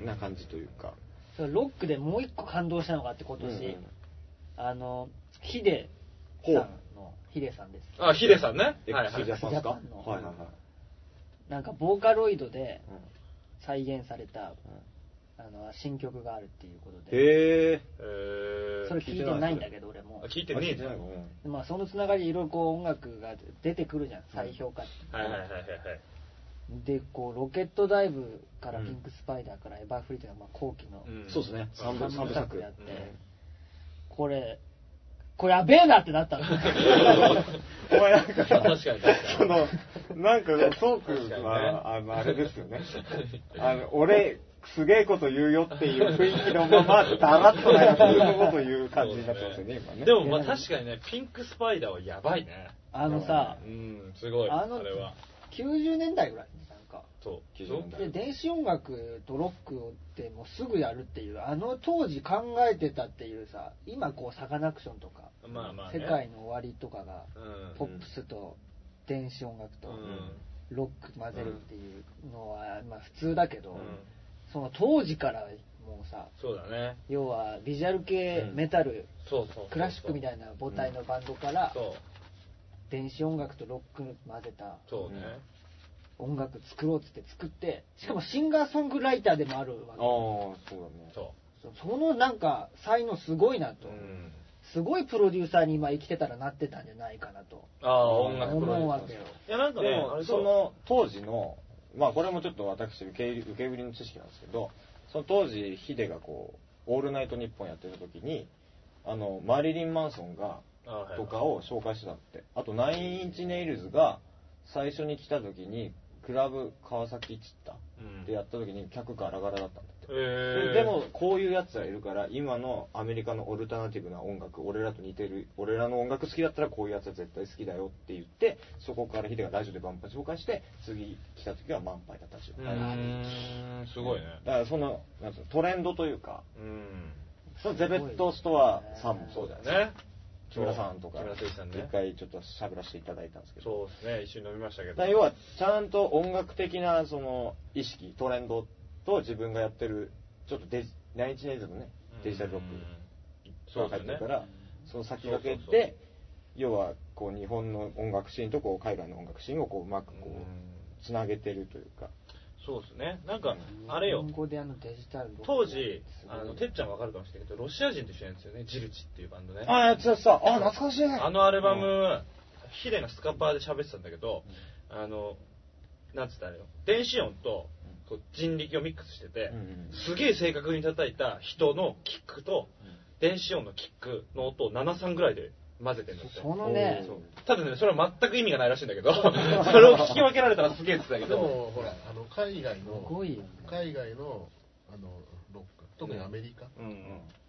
C: な感じというか。
A: それロックでもう一個感動したのがあって、今
C: うんう
A: 年
C: ん、
A: あの、ヒデさんの、ヒデさんです。
B: あ、ヒデさんね。はいは
C: x ジャ
B: い。
C: パンですか
A: ジャパンの
C: はいはいはい。
A: なんか、ボーカロイドで
C: うん
A: 再現された、
C: うん
A: あの、新曲があるっていうことで、
C: へえ。
B: えー
A: それ聞いてないんだけど、俺も
B: あ。聞いてねえじゃん。はい
A: まあ、そのつながりでいろいろこう音楽が出てくるじゃん、再評価って。
B: はいはいはいはい。
A: で、こう、ロケットダイブからピンクスパイダーからエバーフリーというのは、まあ、後期の
B: うん
C: そうですね。三部
A: 三
C: 三
A: 部
C: 部
A: 作
C: 作
A: であって
B: うん、
A: これ、これやべえなってな ったの。
C: お前なんかさ、
B: 確かに確かに
C: その、なんか、トークは、あの、あれですよね。あの、俺、すげえこと言うよっていう雰囲気のまま、だらっとなんか普通のこと言う感じになってますよね、今ね。
B: でもまあ確かにね、ピンクスパイダーはやばいね。
A: あのさ
B: う、ん、すごい、
A: あ
B: あ
A: の
B: れは。
A: 90年代ぐらいになんか、
B: そう。
C: 90年代
A: で電子音楽とロックをってもうすぐやるっていうあの当時考えてたっていうさ今こうサカナクションとか、
B: まあまあね
A: 世界の終わりとかが
B: うん
A: ポップスと電子音楽と
B: うん
A: ロック混ぜるっていうのは、まあ普通だけど、
B: うん
A: その当時からもうさ
B: そうだね。
A: 要はビジュアル系
C: うん
A: メタル、
B: そうそうそう。
A: クラシックみたいな母体のバンドから
B: そう。
A: 電子音楽とロック混ぜた
B: そうね。
A: 音楽作ろうっつって作ってしかもシンガーソングライターでもあるわ
C: ああ
A: け、
C: そうだね。
B: そ
A: そそのなんか才能すごいな
B: う。
A: と、
B: うん。
A: すごいプロデューサーに今生きてたらなってたんじゃないかなと
B: ああ、音楽プロデ
A: 思う
B: ュー
A: わ
B: サー
A: けよ
B: いや、なんかね、
C: で
B: あ
C: も
B: れ
C: そ
B: そう、
C: の当時のまあこれもちょっと私受け入れ受け売りの知識なんですけどその当時ヒデがこう「オールナイトニッポン」やってる時にあのマリリン・マンソンが
B: あはいはい
C: とかを紹介してたってあとナインインチネイルズが最初に来た時にクラブ川崎チッタ
B: うん
C: でやった時に客ガラガラだったんだって、
B: えー
C: でもこういうやつがいるから今のアメリカのオルタナティブな音楽俺らと似てる俺らの音楽好きだったらこういうやつは絶対好きだよって言ってそこからヒデがラジオでバンパイ紹介して次来た時は満杯だったし
B: うーん、すごいね。
C: だからそのなんつうのトレンドというか
B: うん。
C: そのゼベットストアさんも
B: そ
C: そうう
B: だ
C: だ
B: よ
C: よね
B: ね。
C: 木村さんとか
B: 木村誠一さんね
C: 一回ちょっと喋らせていただいたんですけど
B: そうですね、一緒に飲みましたけ
C: だか
B: ど。
C: ら要はちゃんと音楽的なその意識トレンドと自分がやってるちょっとデジナインチネイルズのね
B: うん、
C: デジタルロック
B: そう
C: が
B: だ
C: 入って
B: よね
C: る。からその先駆け
B: そうそうそう
C: て要はこう日本の音楽シーンとこう海外の音楽シーンをこううまくこうつなげてるというか
B: そうですね。なんか、あれよ
A: 日、本語であのデジタルロック
B: 当時、あ
A: すご
B: の、
A: い
B: てっちゃんわかるかもしれないけど、ロシア人と一緒なんですよね、ジルチっていうバンドね。
C: ああやってたやってたあ懐かしい
B: あのアルバム、ヒデがスカパーで喋ってたんだけど、あの、なんつったらいいの電子音とこう人力をミックスしてて、
C: うん
B: すげえ正確に叩いた人のキックと、電子音のキックの音を73ぐらいで混ぜてるんですよ
A: そのね
B: そうただねそれは全く意味がないらしいんだけど それを聞き分けられたらすげえって言ってたけ
E: で
B: ど
E: もほらあの海外
A: す
E: の
A: ごいよね
E: 海外のあのロック特にアメリカ
B: うんうん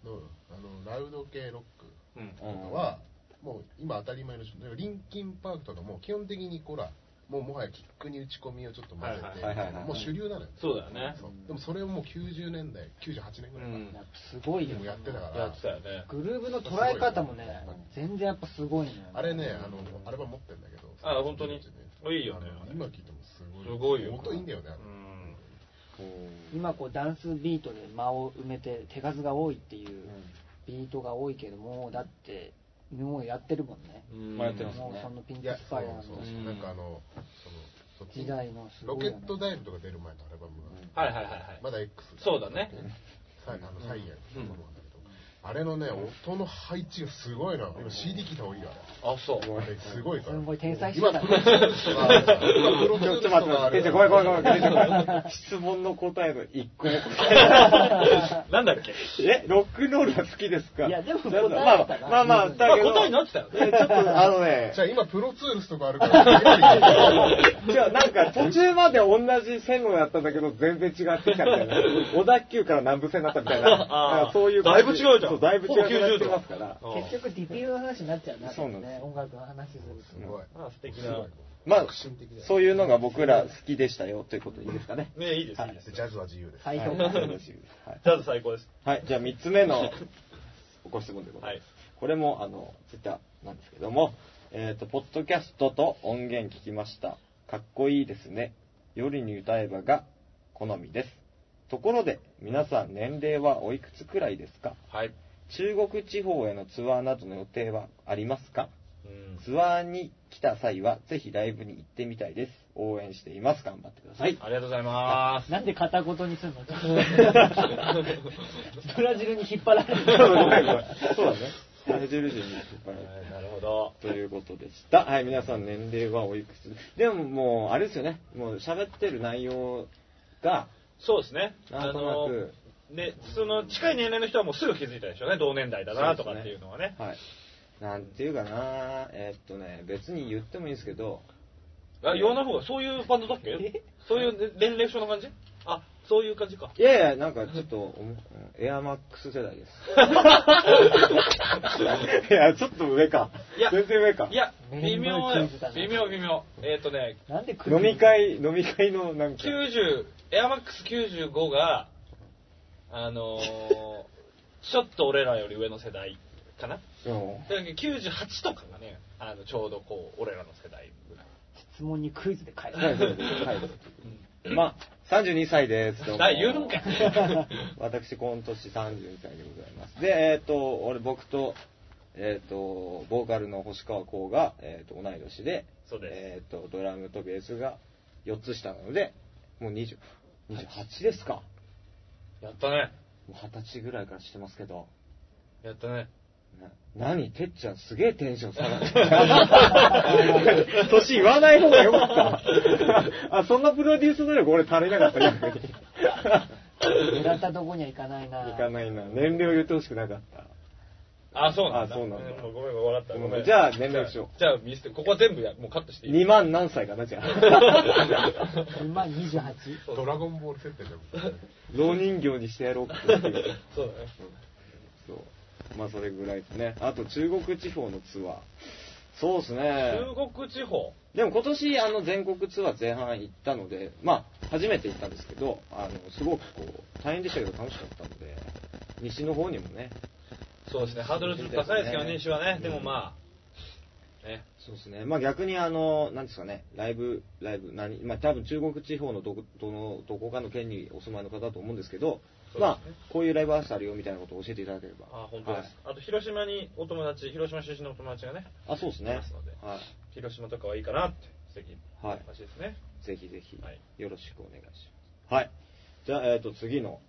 E: の,、あのラウド系ロック
B: うん
E: とかは、もう今当たり前のリンキンパークとかも基本的にこらもうもはやキックに打ち込みをちょっと混ぜて、
B: はい
C: はいはい
E: もう主流なのよ、
B: そうだよね
E: そうでもそれをもう90年代98年ぐ
B: う
E: らいかな、
B: ん
A: すごいよ
E: もうやってたから
B: やってたよね
A: グルーヴの捉え方もね全然やっぱすごいのよ
E: あれね、あの、アルバム持ってんだけど。
B: あ本当に
E: ね
B: いいよね
E: あの今聞いてもすごい。
B: すごいよ
E: 音いいんだよね。あ
B: う
E: の
B: ん
A: 今こうダンスビートで間を埋めて手数が多いっていうビートが多いけどもだってもうやってるもんね
B: うん
C: まあやってます
A: もうそのピン
E: い
A: チ
E: や、
A: ス
E: そう
A: パイアの
E: そう
B: う
E: そう。
B: ん
E: なんかあの、その、
A: 時代のす
E: ロ
A: ごい
E: ケ
A: よね
E: ットダイブとか出る前のアルバムが、
B: はいはいはいはい
E: まだ X
B: そうだね。
E: サイあの、サイヤのものなんだけど、あれのね、音の配置がすごいな。今 CD 聞いた方がいいよ、あれ。
B: あそう
E: あれすごいから。
A: すごい天才して
E: 今
A: たね
E: プロデュースとかあ
C: ちょっと待っ
E: るから、今プロデュースと
C: て
E: か
C: 待
E: あ
C: って、出
E: る
C: て
E: か
C: こい怖い
E: ら
C: 怖い怖い出てこい。 質問の答えの一個も答え
B: なんだっけ
C: え、ロックンロールは好きですか
A: いやでも
C: なんだ
A: 答えたな
C: まあまあ、まあ、だけど
B: まあ答えになってたよね
C: いやちょっと、あのね
E: じ、ゃあ今プロツールスとかあ るから、
C: じゃあなんか途中まで同じ線路だったんだけど、全然違ってきたみたいな。小田急から南部線だったみたいな。
B: あー
C: なんかそういう
B: だい
C: 感
B: ぶ
C: じ。
B: 違うじゃん
C: そうだいぶ違
B: ほぼ90
C: う。
B: 度
C: ますから。
A: 結局ディティールの話になっちゃうな
C: そうなんです
A: ね音楽の話する
E: すごい。
B: まあ素敵な
C: まあ
E: 革新的だよ、
C: そういうのが僕ら好きでしたよということでいいですかね。
B: ねいいですいいです
E: ジャズは自由です。
A: と
C: はいい。
A: う
C: よ
A: 評価
C: ろしいですはい
B: ジャズ最高です
C: はい、じゃあ3つ目のご質問でございます。
B: はい
C: これも、あの、ツイッターなんですけども、えっ、と、ポッドキャストと音源聞きました。かっこいいですね。夜に歌えばが好みです。ところで、皆さん年齢はおいくつくらいですか
B: はい
C: 中国地方へのツアーなどの予定はありますか
B: うん
C: ツアーに来た際は、ぜひライブに行ってみたいです。応援しています。頑張ってください。
B: ありがとうございま
A: なんで片言にするのブラジルに引っ張られる
C: ごめんごめんそうだね。ブラジル人に引っ張られて
B: すはいなるほど
C: ということでした。はい、皆さん年齢はおいくつでももう、あれですよね、もう喋ってる内容が、
B: そうですね。
C: な
B: あ
C: んとな
B: の
C: く、
B: ね、その近い年齢の人はもうすぐ気づいたでしょうね、同年代だなとかっていうのはね。
C: はい。なんていうかなえーっとね、別に言ってもいいんですけど、
B: あ、言わない方が、そういうバンドだっけそういう年齢層の感じあ、そういう感じか。
C: いやいや、なんかちょっと、おもエアマックス世代 です。いや、ちょっと上か。
B: いや
C: 全然上か。
B: いや、微妙だ
A: 微妙な
B: よ
A: クイズだ。な
B: 微妙、微妙。えっ、とね、
A: なんで来る
C: 飲み会、飲み会のなんか、
B: 90、エアマックス95が、あのーちょっと俺らより上の世代かな。
C: うん
B: だから98とかがね、あのちょうどこう、俺らの世代ぐらい。
A: 質問にクイズで返す
C: はいはいまあ、32歳です。どうも
B: だ言うのか
C: 私、今年32歳でございます。で、えっ、と、俺、僕と、えっ、と、ボーカルの星川光が、えっ、と、同い年で、
B: そうです
C: えっ、と、ドラムとベースが4つ下なので、もう20 28ですか。
B: やったね。
C: もう20歳ぐらいからしてますけど。
B: やったね。
C: な何てっちゃんすげえテンション下がって た年言わない方がよかった。あ、そんなプロデュース能力俺足りなかった逆に。
A: 目立ったとこには行かないない
C: かないな。年齢を言ってほしくなかった。
B: あ、そうなんだ。
C: あそうなんだ
B: もごめん、ごめん、笑った。ごめん。
C: じゃあ連絡しよう
B: じゃあ、じゃあ見せて、ここは全部や、もうカットしていい
C: 2万何歳かな、じゃ あ。
A: 今28
E: ドラゴンボール設定でも。
C: 老人形にしてやろうかっていう。
B: そうだね。
C: そう。まあそれぐらいですね。あと中国地方のツアー。そうですね。
B: 中国地方。
C: でも今年あの全国ツアー前半行ったので、まあ、初めて行ったんですけど、あのすごくこう大変でしたけど楽しかったので、西の方にもね、
B: そうですね、ハードルちょっと高いですけどね、西はね。でもまあ、ね。
C: そうですね、まあ、逆にあの、なんですかね、ライブ、ライブ、何まあ、多分中国地方のどこどのどこかの県にお住まいの方だと思うんですけど、
B: そうですね
C: まあ、こういうライブハウスあるよみたいなことを教えていただければ。
B: あ、本当です
C: はい。
B: あと、広島にお友達、広島出身のお友達がね、
C: あ、そうです
B: い
C: ね
B: ますので。
C: は
B: 広島とかはいいかなって、素敵
C: はい
B: 話ですね。
C: い。ぜひぜひ
B: はい、
C: よろしくお願いします。はい。じゃあ、えっ、と、次の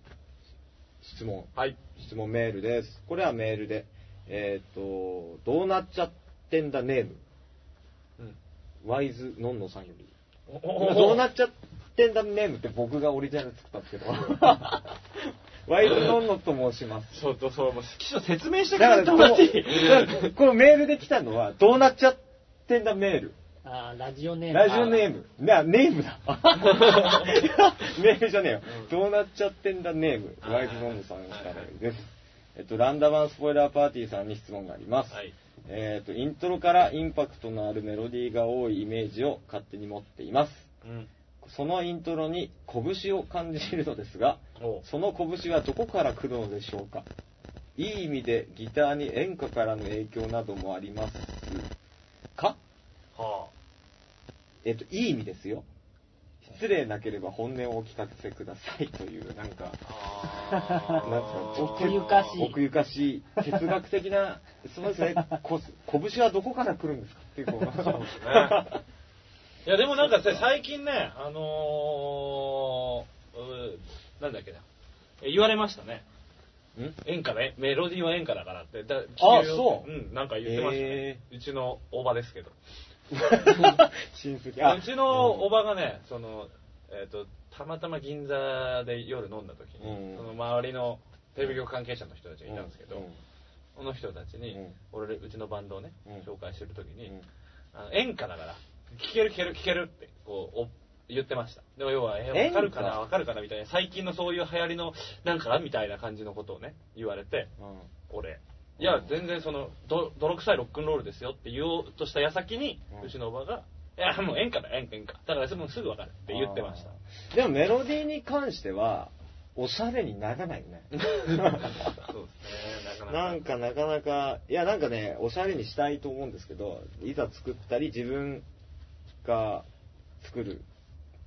C: 質問。
B: はい。
C: 質問メールです。これはメールで、えっ、と、どうなっちゃってんだネーム、
B: うん。
C: ワイズのんのさんより。
B: お
C: どうなっちゃっ点だネームって僕がオリジナル作ったんですけど。ワイズノンノと申します。
B: ちょっとそう、もう、記者説明して
C: だ
B: く
C: か
B: れ
C: ら
B: て
C: こ
B: ほ
C: の、
B: し い。
C: このメールで来たのは、どうなっちゃってんだメール。
A: あーラジオネーム。
C: ラジオネーム。な、ネームだ。メールじゃねえよ。どうなっちゃってんだネーム。ワイズノンノさんからです。えっと、ランダマンスポイラーパーティーさんに質問があります。
B: はい。
C: えっと、イントロからインパクトのあるメロディーが多いイメージを勝手に持っています。
B: うん。
C: そのイントロに拳を感じるのですが、
B: お
C: その拳はどこから来るのでしょうかいい意味でギターに演歌からの影響などもありますか
B: は
C: えっと、いい意味ですよ。失礼なければ本音をお聞かせくださいという、なんか、
B: あ。あ
C: なん
B: ー
C: か、
A: 奥ゆかしい
C: 奥ゆかしい、哲学的な、そうですね、こ拳はどこから来るんですかっていう、こう
B: そうですね。いや、でもなんかさ、最近ね、あのー、うーなんだっけな。え言われましたね。
C: ん
B: 演歌ね。メロディーは演歌だからって。だ
C: あ
B: 聞けるよ
C: そう
B: うん、なんか言ってましたね。うちのおばですけど。
C: 親戚。あ
B: うちのおばがね、その、えっ、と、たまたま銀座で夜飲んだ時に、
C: うん
B: その周りのテレビ局関係者の人たちがいたんですけど、
C: うんうん
B: その人たちに、
C: うん
B: 俺、うちのバンドをね、
C: うん
B: 紹介してる時に、
C: うん
B: あの演歌だから、聴ける聴ける聴けるって、こう、お言ってました。でも要は、えー
C: 演歌
B: わかるかなわかるかなみたいな、最近のそういう流行りの、なんかみたいな感じのことをね、言われて、
C: うん
B: 俺。いや、全然その、ど泥臭いロックンロールですよって言おうとした矢先に、
C: うん
B: うちのおばが、いや、もう演歌だ、演歌、演歌。だから、もうすぐわかるって言ってました。
C: あーでもメロディーに関してはおしゃれにならないよ ね
B: そうですね、なかなか。
C: なんかなかなかいやなんかねおしゃれにしたいと思うんですけどいざ作ったり自分が作る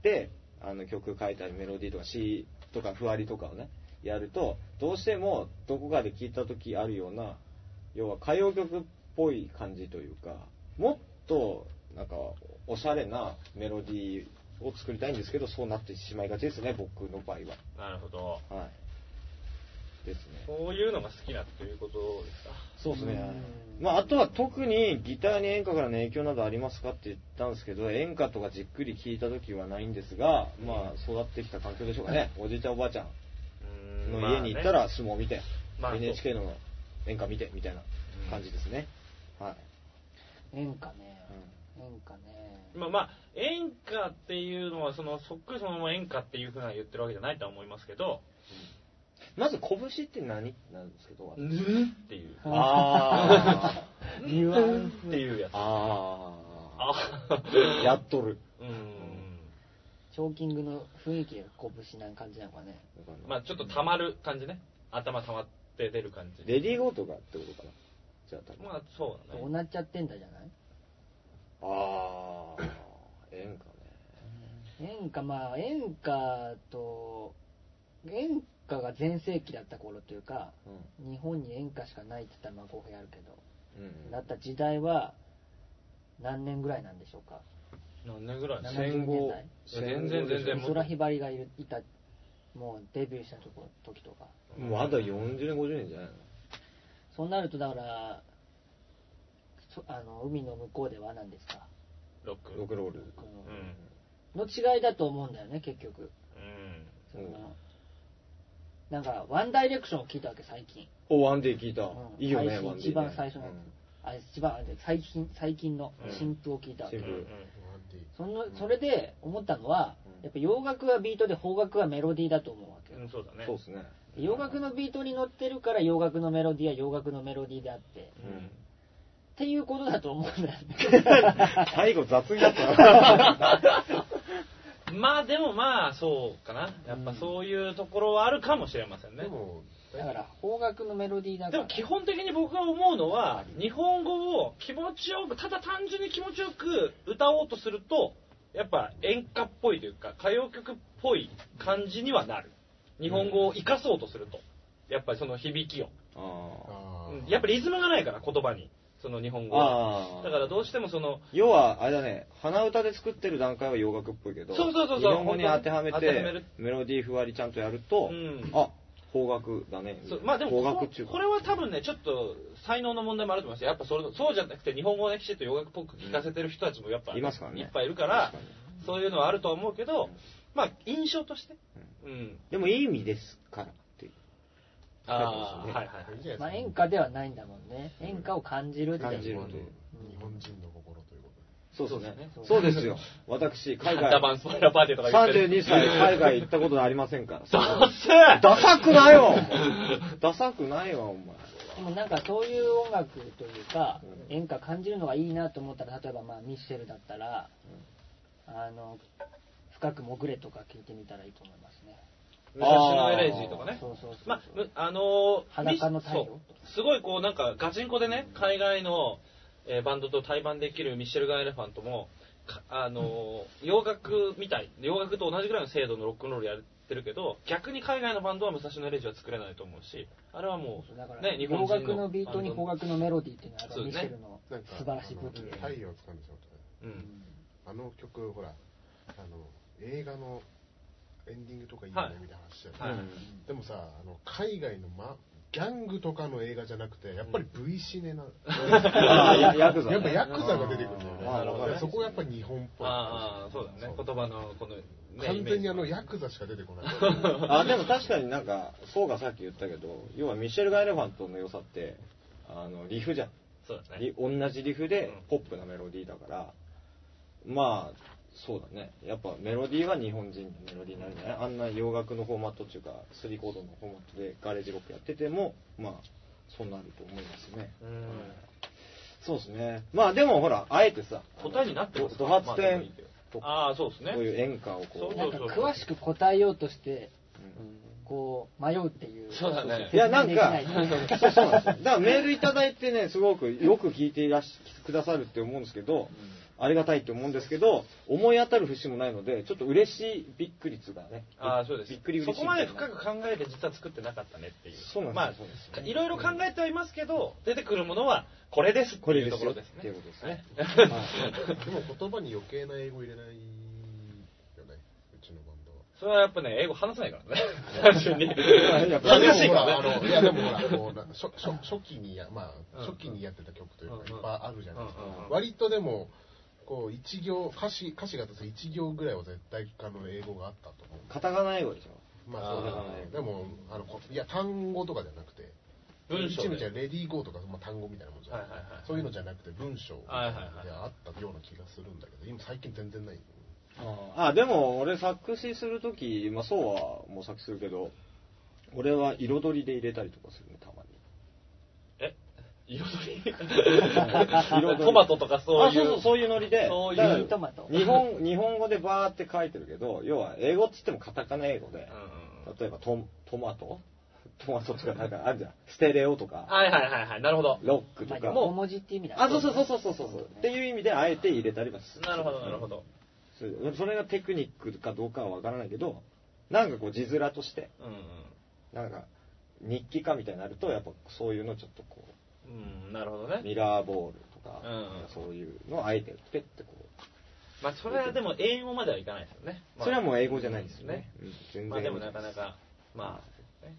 C: であの曲書いたりメロディーとか詞とかふわりとかをねやるとどうしてもどこかで聴いた時あるような要は歌謡曲っぽい感じというかもっとなんかおしゃれなメロディーを作りたいんですけどそうなってしまいがちですね僕の場合
B: なるほど。
C: ははいですね
B: そういうのが好きなということですか。
C: そうですね
A: う。ん
C: まあ、あとは特にギターに演歌からの影響などありますかって言ったんですけど、演歌とかじっくり聴いた時はないんですが、まあ、育ってきた環境でしょうかね。おじいちゃんおばあちゃん
B: うーん
C: の家に行った
B: まあ
C: ら
B: ね
C: 相撲見て、
B: まあそう
C: NHK の演歌見てみたいな感じですね。はい。
A: 演歌ね。演歌ね。
B: まあまあ、演歌っていうのは、その、そっくりそのまま演歌っていうふうな言ってるわけじゃないとは思いますけど、
C: まず、拳って何ってなるんですけど、
B: ぬっていう。
C: あ
A: ニュアン
B: っていうや
C: ー。
B: つ。
C: あ
B: あ
C: ー。やっとる。
B: うーん。
A: チョーキングの雰囲気が拳な感じなのかね。
B: まあちょっと溜まる感じね。頭溜まって出る感じ。
C: レディーゴーとかってことかな。じゃあ、多分。
B: まあそうだ
A: どう
B: ね。
A: なっちゃってんだじゃない
C: ああ、演歌ね。
A: 演歌、まあ演歌と、演歌が全盛期だった頃というか、日本に演歌しかないって言ったらまあ語弊あるけど、
C: うん。
A: だった時代は何年ぐらいなんでしょうか
B: 何年ぐらい
A: 70
C: 戦後
A: 年代、
B: 全然全然
A: 美空ひばりがいるいたもうデビューしたとこ時とか
C: まだ40年、50年じゃないの
A: そうなるとだからそあの海の向こうでは何ですか
B: ロック。
C: ロックロール。
A: こ
B: うん。
A: のの違いだと思うんだよね結局
B: うん。
A: そ
C: うん
A: のなんかワンダイレクションを聞いたわけ最近
C: お、ワンデー聞いた。
A: うん
C: いいよね、
A: 最新
C: ワンデー、ね。
A: 一番最初のやつ
C: うん
A: あ一番あれ最近最近の新譜を聞いたわけ、
C: うん
B: うんうん
E: ワンディ
A: そのそれで思ったのは
C: うん
A: やっぱ洋楽はビートで邦楽はメロディーだと思うわけよ
B: うん、そうだね。
C: そうですね。
A: 洋楽 のビートに乗ってるから洋楽のメロディーは洋楽のメロディーであってっ
B: うん。
A: ていうことだと思うんだよ ね
C: 最後雑になったな。
B: まあでもまあそうかな。やっぱそういうところはあるかもしれませんね。
E: でも、
A: だから邦楽のメロディーだか
B: で
A: ら
B: も基本的に僕が思うのは、日本語を気持ちよく、ただ単純に気持ちよく歌おうとすると、やっぱ演歌っぽいというか、歌謡曲っぽい感じにはなる。日本語を活かそうとすると。やっぱりその響きを。
C: あ
E: あー
B: やっぱりリズムがないから、言葉に。その日本
C: ー
B: 語は。
C: あー。
B: だからどうしてもその、
C: 要は、あれだね、鼻歌で作ってる段階は洋楽っぽいけど、
B: そうそうそうそう
C: 日本語に当てはめ
B: 本当に当ては
C: て
B: める、
C: メロディーふわりちゃんとやると、
B: うん
C: あ、邦楽だね。
B: そうまあでもこ
C: 邦楽
B: の
C: っちゅうか
B: これは多分ね、ちょっと才能の問題もあると思いますよやっぱそれそうじゃなくて、日本語をね、きちっと洋楽っぽく聞かせてる人たちもやっぱ、
C: いますからね
B: いっぱいいるから
C: 確かに、
B: そういうのはあるとは思うけど、まあ、印象として。うん。
C: でもいい意味ですからっていう。
B: ああ、はいはいはい。
E: いいじゃ
A: ま
E: な
A: あ、
E: い
A: 演
E: ですか
A: 歌ではないんだもんね。演歌を感じるって
C: 感じ
A: い
C: る
A: う。
C: という。
E: 日本人の心ということで。
C: そうです
B: そうで
C: ね
B: すね。
C: そうですよ。私、海
B: ダ
C: 外、
B: バンスパイラーパーティーとか言ってる。
C: 32歳、海外行ったことありません から。
B: ダッセー
C: ダサくないわ、お前。ダサくないわ、お前。
A: でもなんかそういう音楽というか
C: う、
A: 演歌感じるのがいいなと思ったら、例えばまあミッシェルだったら、あの、深く潜れとか聞いてみたらいいと思いますね。
B: 昔のエレジーとかね。
A: そうそうそうそう。
B: まあ、むあのー
A: 裸の太陽
B: そうすごいこうなんかガチンコでね海外の、えーバンドと対バンできるミッシェルガン・エレファントもかあのー洋楽みたい洋楽と同じぐらいの精度のロックンロールやってるけど逆に海外のバンドは武蔵野エレジーは作れないと思うしあれはも
A: だから、
B: うね日本
A: 洋
B: 人の
A: 楽のビートに邦
B: バン
A: 楽のメロディーっていうのは、
B: そう
A: ミ
B: で
A: ッ
B: すね
A: シェルの
E: なんか
A: 素晴らしい武器で。
E: あの太陽を掴んでしまったね。
B: ドうん
E: あの曲、ほら、あの、映画のエンディングとかいいよね、みたいな話じゃない、
B: はい
E: でもさ、あの、海外の、ま、ギャングとかの映画じゃなくて、やっぱり V シネな、
C: ああ、やヤクザね。
E: やっぱヤクザが出てくるんだよね。
C: あーなるほどね
E: だからそこがやっぱ日本っぽい
B: ああそうだね
E: そ
B: 言葉のこの、ね、
E: 完全にあの
B: イメージ
E: ヤクザしか出てこない。
C: あでも確かになんか、そうがさっき言ったけど、要はミシェル・ガイレファントの良さって、あのリフじゃん。
B: そうだ
C: リ
B: ね
C: 同じリフで
B: うん
C: ポップなメロディーだから、まあ、そうだね。やっぱメロディーは日本人のメロディーになるんじゃないあんな洋楽のフォーマットっていうか、スリーコードのフォーマットでガレージロックやってても、まあ、そうなると思いますね。
B: うん
C: そうですね。まあでもほら、あえてさ、
B: 答えになってます
C: ド発展とか、
B: ああそうですね
C: こういう演歌を
B: そ
C: こ
B: う
C: う。
A: なんか詳しく答えようとして、こう、迷うっていう。
B: そうだね
C: いや、なんか
A: 説明できない、
C: そうそうなんですよ。だからメールいただいてね、すごくよく聞いていらしくださるって思うんですけど、ありがたいって思うんですけど、思い当たる節もないので、ちょっと嬉しいびっくり率がね。
B: ああそうです
C: びっくり嬉しい
B: そこまで深く考えて実は作ってなかったねっていう
C: そうなんですよそうなんです
B: まあ
C: よ
B: いろいろ考えてはいますけど出てくるものはこれですって
C: これ
B: い
C: で
B: う
C: す
B: と
C: よ
B: ころです
C: ってい
B: ね
C: うことですね。
E: でも言葉に余計な英語入れないよね、うちのバンドは。
B: それはやっぱね英語話さな いからね単純に
C: いや
B: 恥ずかしいか
E: でもほ
B: ら
E: あの
B: ね
E: いやでもほらこうな初初初期にやまあ初期にやってた曲というか
B: うんうん
E: いっぱいあるじゃないですか
B: うんうん。
E: 割とでもこう一行歌詞歌詞があって一行ぐらいは絶対かの英語があったと思う。
C: カタカナ英語でしょ。
E: まあそうだね。でもあのこいや単語とかじゃなくて。
B: 文章で
E: 一部じゃレディーゴーとか、まあ、単語みたいなもんじゃない,、
B: はいはいはい
E: そういうのじゃなくて文章で
B: はいはいはい
E: あったような気がするんだけど今最近全然ない
C: ああ、でも俺作詞するとき、まあそうはもう作詞するけど、俺は彩りで入れたりとかするね、たま に。
B: え彩り
C: 彩り
B: トマトとかそういう
C: あそうそうそういうノリで
B: そういう
C: だから
A: ミニトマト
C: 日本日本語でバーって書いてるけど要は英語っつってもカタカナ英語で、
B: うんうん
C: 例えばトトマトトマトとかなんかあるじゃんステレオとか
B: はいはいはいはいなるほど
C: ロックと
A: まあ、
C: か、
A: 横文字っていう意味だ
C: あそうそうそうそうそうそうっていう意味であえて入れたりはする
B: なるほどなるほど
C: それそれがテクニックかどうかはわからないけどなんかこう字面として
B: うん
C: なんか日記化みたいになるとやっぱそういうのちょっとこ
B: うんうんなるほど
C: う
B: ね
C: ミラーボールとか,、
B: うんうん
C: そういうのをあえてペッてこう
B: まあそれはでも英語まではいかないですよねまあ
C: それはもう英語じゃないですよね。うん全
B: まあ
C: 然
B: で
C: 英
B: も
C: 語じ
B: な
C: ゃ
B: か
C: ないで
B: な
C: す。
B: かまあね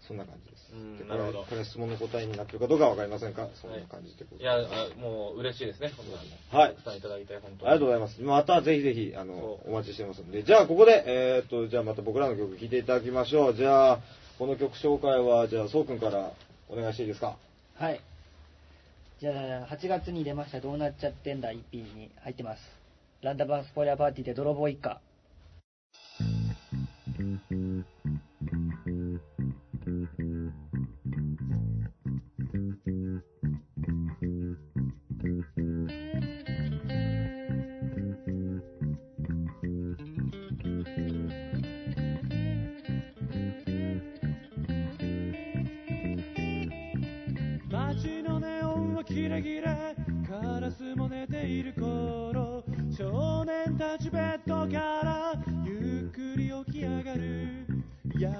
C: そんな感じです。
B: うん
C: で
B: なるほど
C: これこれは質問の答えになってるかどうかはわかりませんかそんな感じでご
B: い
C: ざ
B: や
C: います。
B: あもう嬉しいですねこんな
C: はい
B: たくさんいただいて本当
C: ありがとうご
B: ざい
C: ざいます。またぜひぜひ、あの、
B: そ
C: お待ちしてますので。じゃあ、ここで、えーっと、じゃあまた僕らの曲聴いていただきましょう。じゃあ、この曲紹介は、じゃあ、そうくんからお願いしていいですか
A: はい。じゃあ、8月に出ました、どうなっちゃってんだ EP に入ってます。ランダバンスポイラーパーティーで泥棒一家。
F: 街のネオンはキラキラカラスも寝ている頃少年たちベッドからゆっくり起き上がる約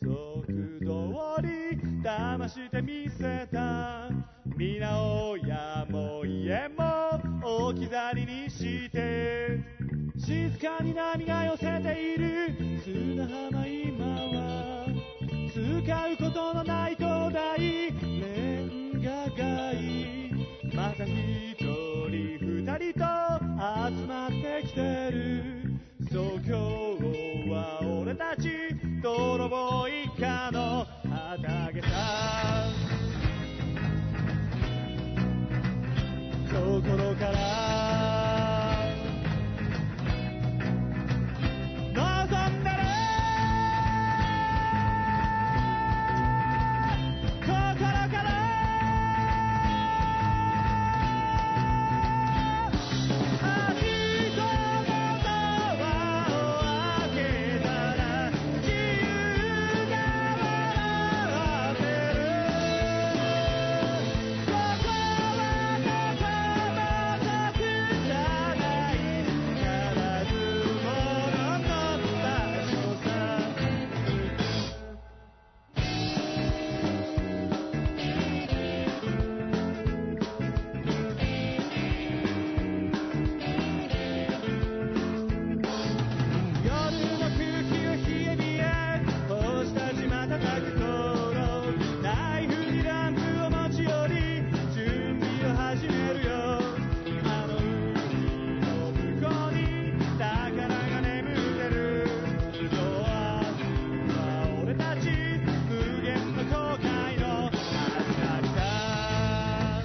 F: 束通り騙してみせた皆親も家も置き去りにして静かに波が寄せている砂浜今は使うことのない灯台レンガ街また一人二人と集まってきてるそう今日心から望んだら心から明日のドアを開けたら自由が笑ってるここは仲間だけじゃない必ずものの場所さ夜の空気を冷え冷え干したちまたたく頃ナイフにランプを持ち寄り準備を始めるよあの海の向こうに宝が眠ってる今日は俺たち無限の後悔の始まりだ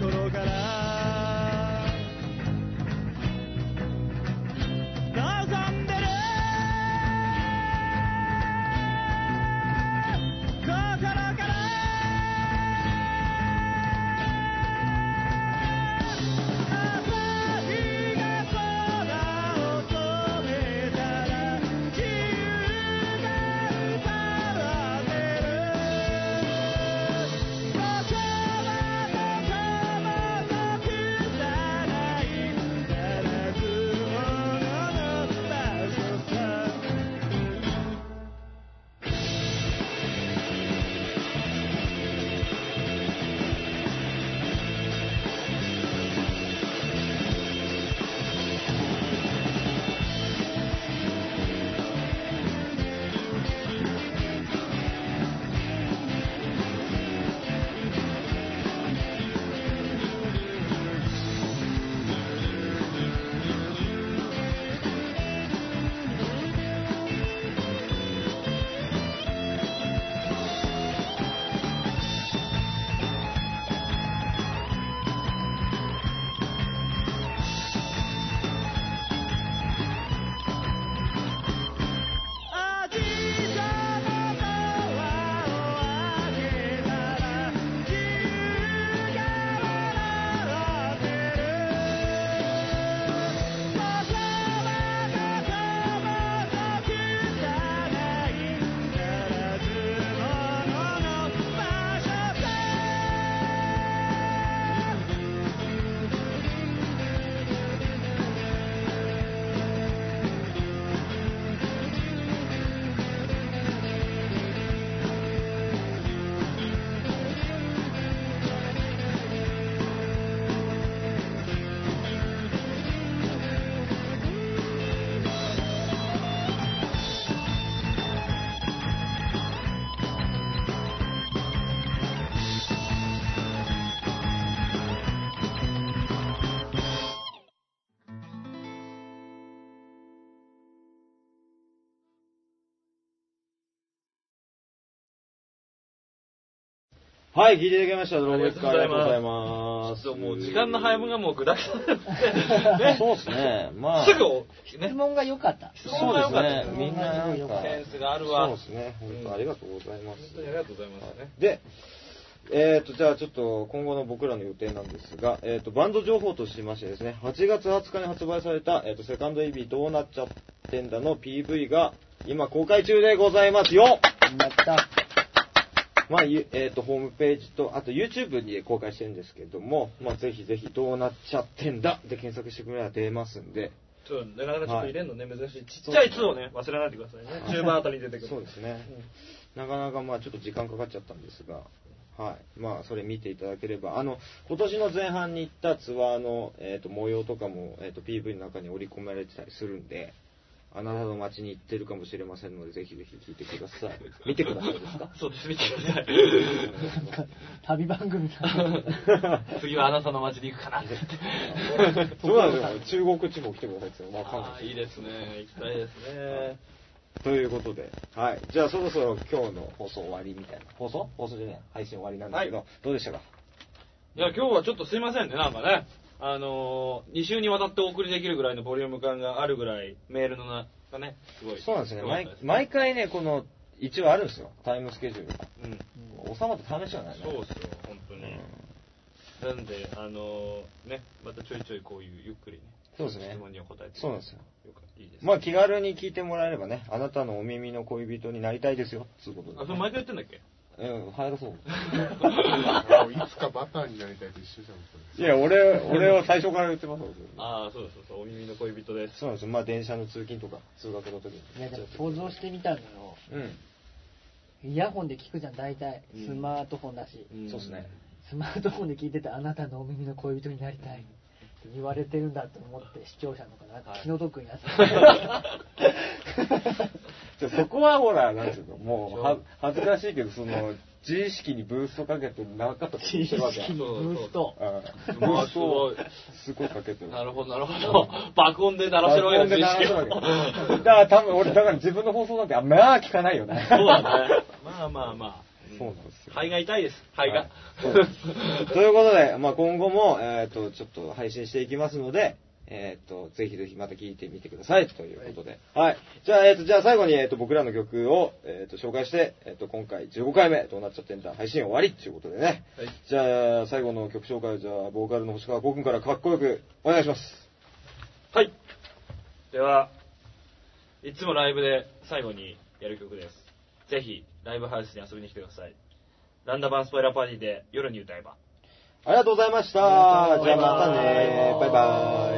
F: 心から望んでる心から朝日が空を染めたら自由が奪われる僕は仲間とくだない必ずものの場所さ「あじさのドアを開けたら」「自由が笑ってる」「ここはどこも得さない」「ならず者の場所さ」
C: はい、聞いていただきました。ドローベックあ
B: あ
C: り
B: り
C: が
B: が
C: とうござ
B: とうござ
C: い
B: い
C: ます。
B: そうもう時間の配分がもう ぐだぐだですね
C: そうですね。まあ、
B: すぐお、
A: 質
B: ね、
A: 問が良かった。
B: 質
C: そ
B: 問
C: う
B: が
C: で
B: 良
C: す
B: かった
C: ね
B: です。
C: みんななんか、
B: センスがあるわ
C: そうですね。本当ありがとうございます。
B: 本当にありがとうございますね。
C: で、えー、とじゃあちょっと今後の僕らの予定なんですが、えー、とバンド情報としましてですね8月20日に発売された、えー、とセカンド EB どうなっちゃってんだの PV が今公開中でございますよ
A: やった。
C: まあ、ゆえー、と、ホームページと、あと YouTube に公開してるんですけども、まあ、ぜひぜひ、どうなっちゃってんだで検索してくれたら出ますんで、
B: ちょっとなかなかちょっと入れんのね、珍しい。ちっちゃい2をね、忘れないでくださいね。中盤あたりに出てくる。
C: そうですね。なかなか、まあ、ちょっと時間かかっちゃったんですが、はい。まあ、それ見ていただければ、あの、今年の前半に行ったツアーの、えー、と模様とかも、えー、と PV の中に織り込まれてたりするんで、あなたの街に行ってるかもしれませんので、ぜひぜひ聞いてください。見てくださいです か
B: そうです、見てください。
A: 旅番組 さん。
B: 次はあなたの街に行くかなって。
C: そうなんですよ。中国地方来てくださいって言ってもまあ、韓
B: あ
C: 国
B: ーいいですね。行きたいですね。
C: ということで、はい。じゃあそろそろ今日の放送終わりみたいな。放送放送じゃない配信終わりなんですけど、どうでしたか
B: じゃあ今日はちょっとすいませんね、なんかね。あのー、2週にわたってお送りできるぐらいのボリューム感があるぐらい、メールのな、がね、すごい。
C: そうなんですね。
B: ごかっ
C: 毎
B: た
C: 毎回ね、この、一応あるんですよ。タイムスケジュールが。
B: うん。
C: 収まって試しはないね。
B: そうっすよ、本当に。なんで、あのー、ね、またちょいちょいこういうゆっくりね、
C: そうですね
B: 質。問には答えて
C: そうなんですよ。
B: よかったいいですね。
C: まあ気軽に聞いてもらえればね、あなたのお耳の恋人になりたいですよ、つうことで、
B: あ、それ毎回言ってんだっ け
C: うん、入 らそう。
E: もういつかバターになりたいと一緒じゃん、それ。
C: いや、俺、俺は最初から言ってますよ
B: ああ、そうですそうそう、お耳の恋人です。
C: そうなんですよ。まあ電車の通勤とか、通学の時に。
A: いやでも想像してみたのよ
C: うん。
A: イヤホンで聞くじゃん大体スマートフォンだし、
B: ん
C: そうです ね。
A: スマートフォンで聞いててあなたのお耳の恋人になりたいって言われてるんだと思って視聴者の方なんか気の毒 になって
C: じゃあそこはほら、なんていうの、もう、は恥ずかしいけど、その、自意識にブーストかけてなかったとしてるわけや。
A: 気
C: うん
A: のブースト
C: ブーストをすごいかけてる。
B: なるほど、なるほど。爆音で鳴らしてるわけです、
C: 爆音で鳴
B: 意
C: ら
B: 識
C: せ
B: を
C: るわ けだから多分俺、だから自分の放送なんて、あまあ聞かないよね。
B: そ うだね。まあまあまあ。
C: そうなんですよ。
B: 肺が痛いです、肺が。
C: ということで、まあ、今後も、えっ、と、ちょっと配信していきますので、えっ、と、ぜひぜひまた聞いてみてください、ということで。はい。じゃあ、えっ、と、じゃあ最後に、えっ、と、僕らの曲を、えっ、と、紹介して、えっ、と、今回15回目、どうなっちゃってんだ、配信終わり、ということでね。じゃあ、最後の曲紹介を、じゃあ、ボーカルの星川光君からかっこよくお願いします。
B: はい。では、いつもライブで最後にやる曲です。ぜひ、ライブハウスに遊びに来てください。ランダバンスポイラーパーティーで夜に歌えば。
C: ありがとうございました。じゃあ、またね。バイバイ。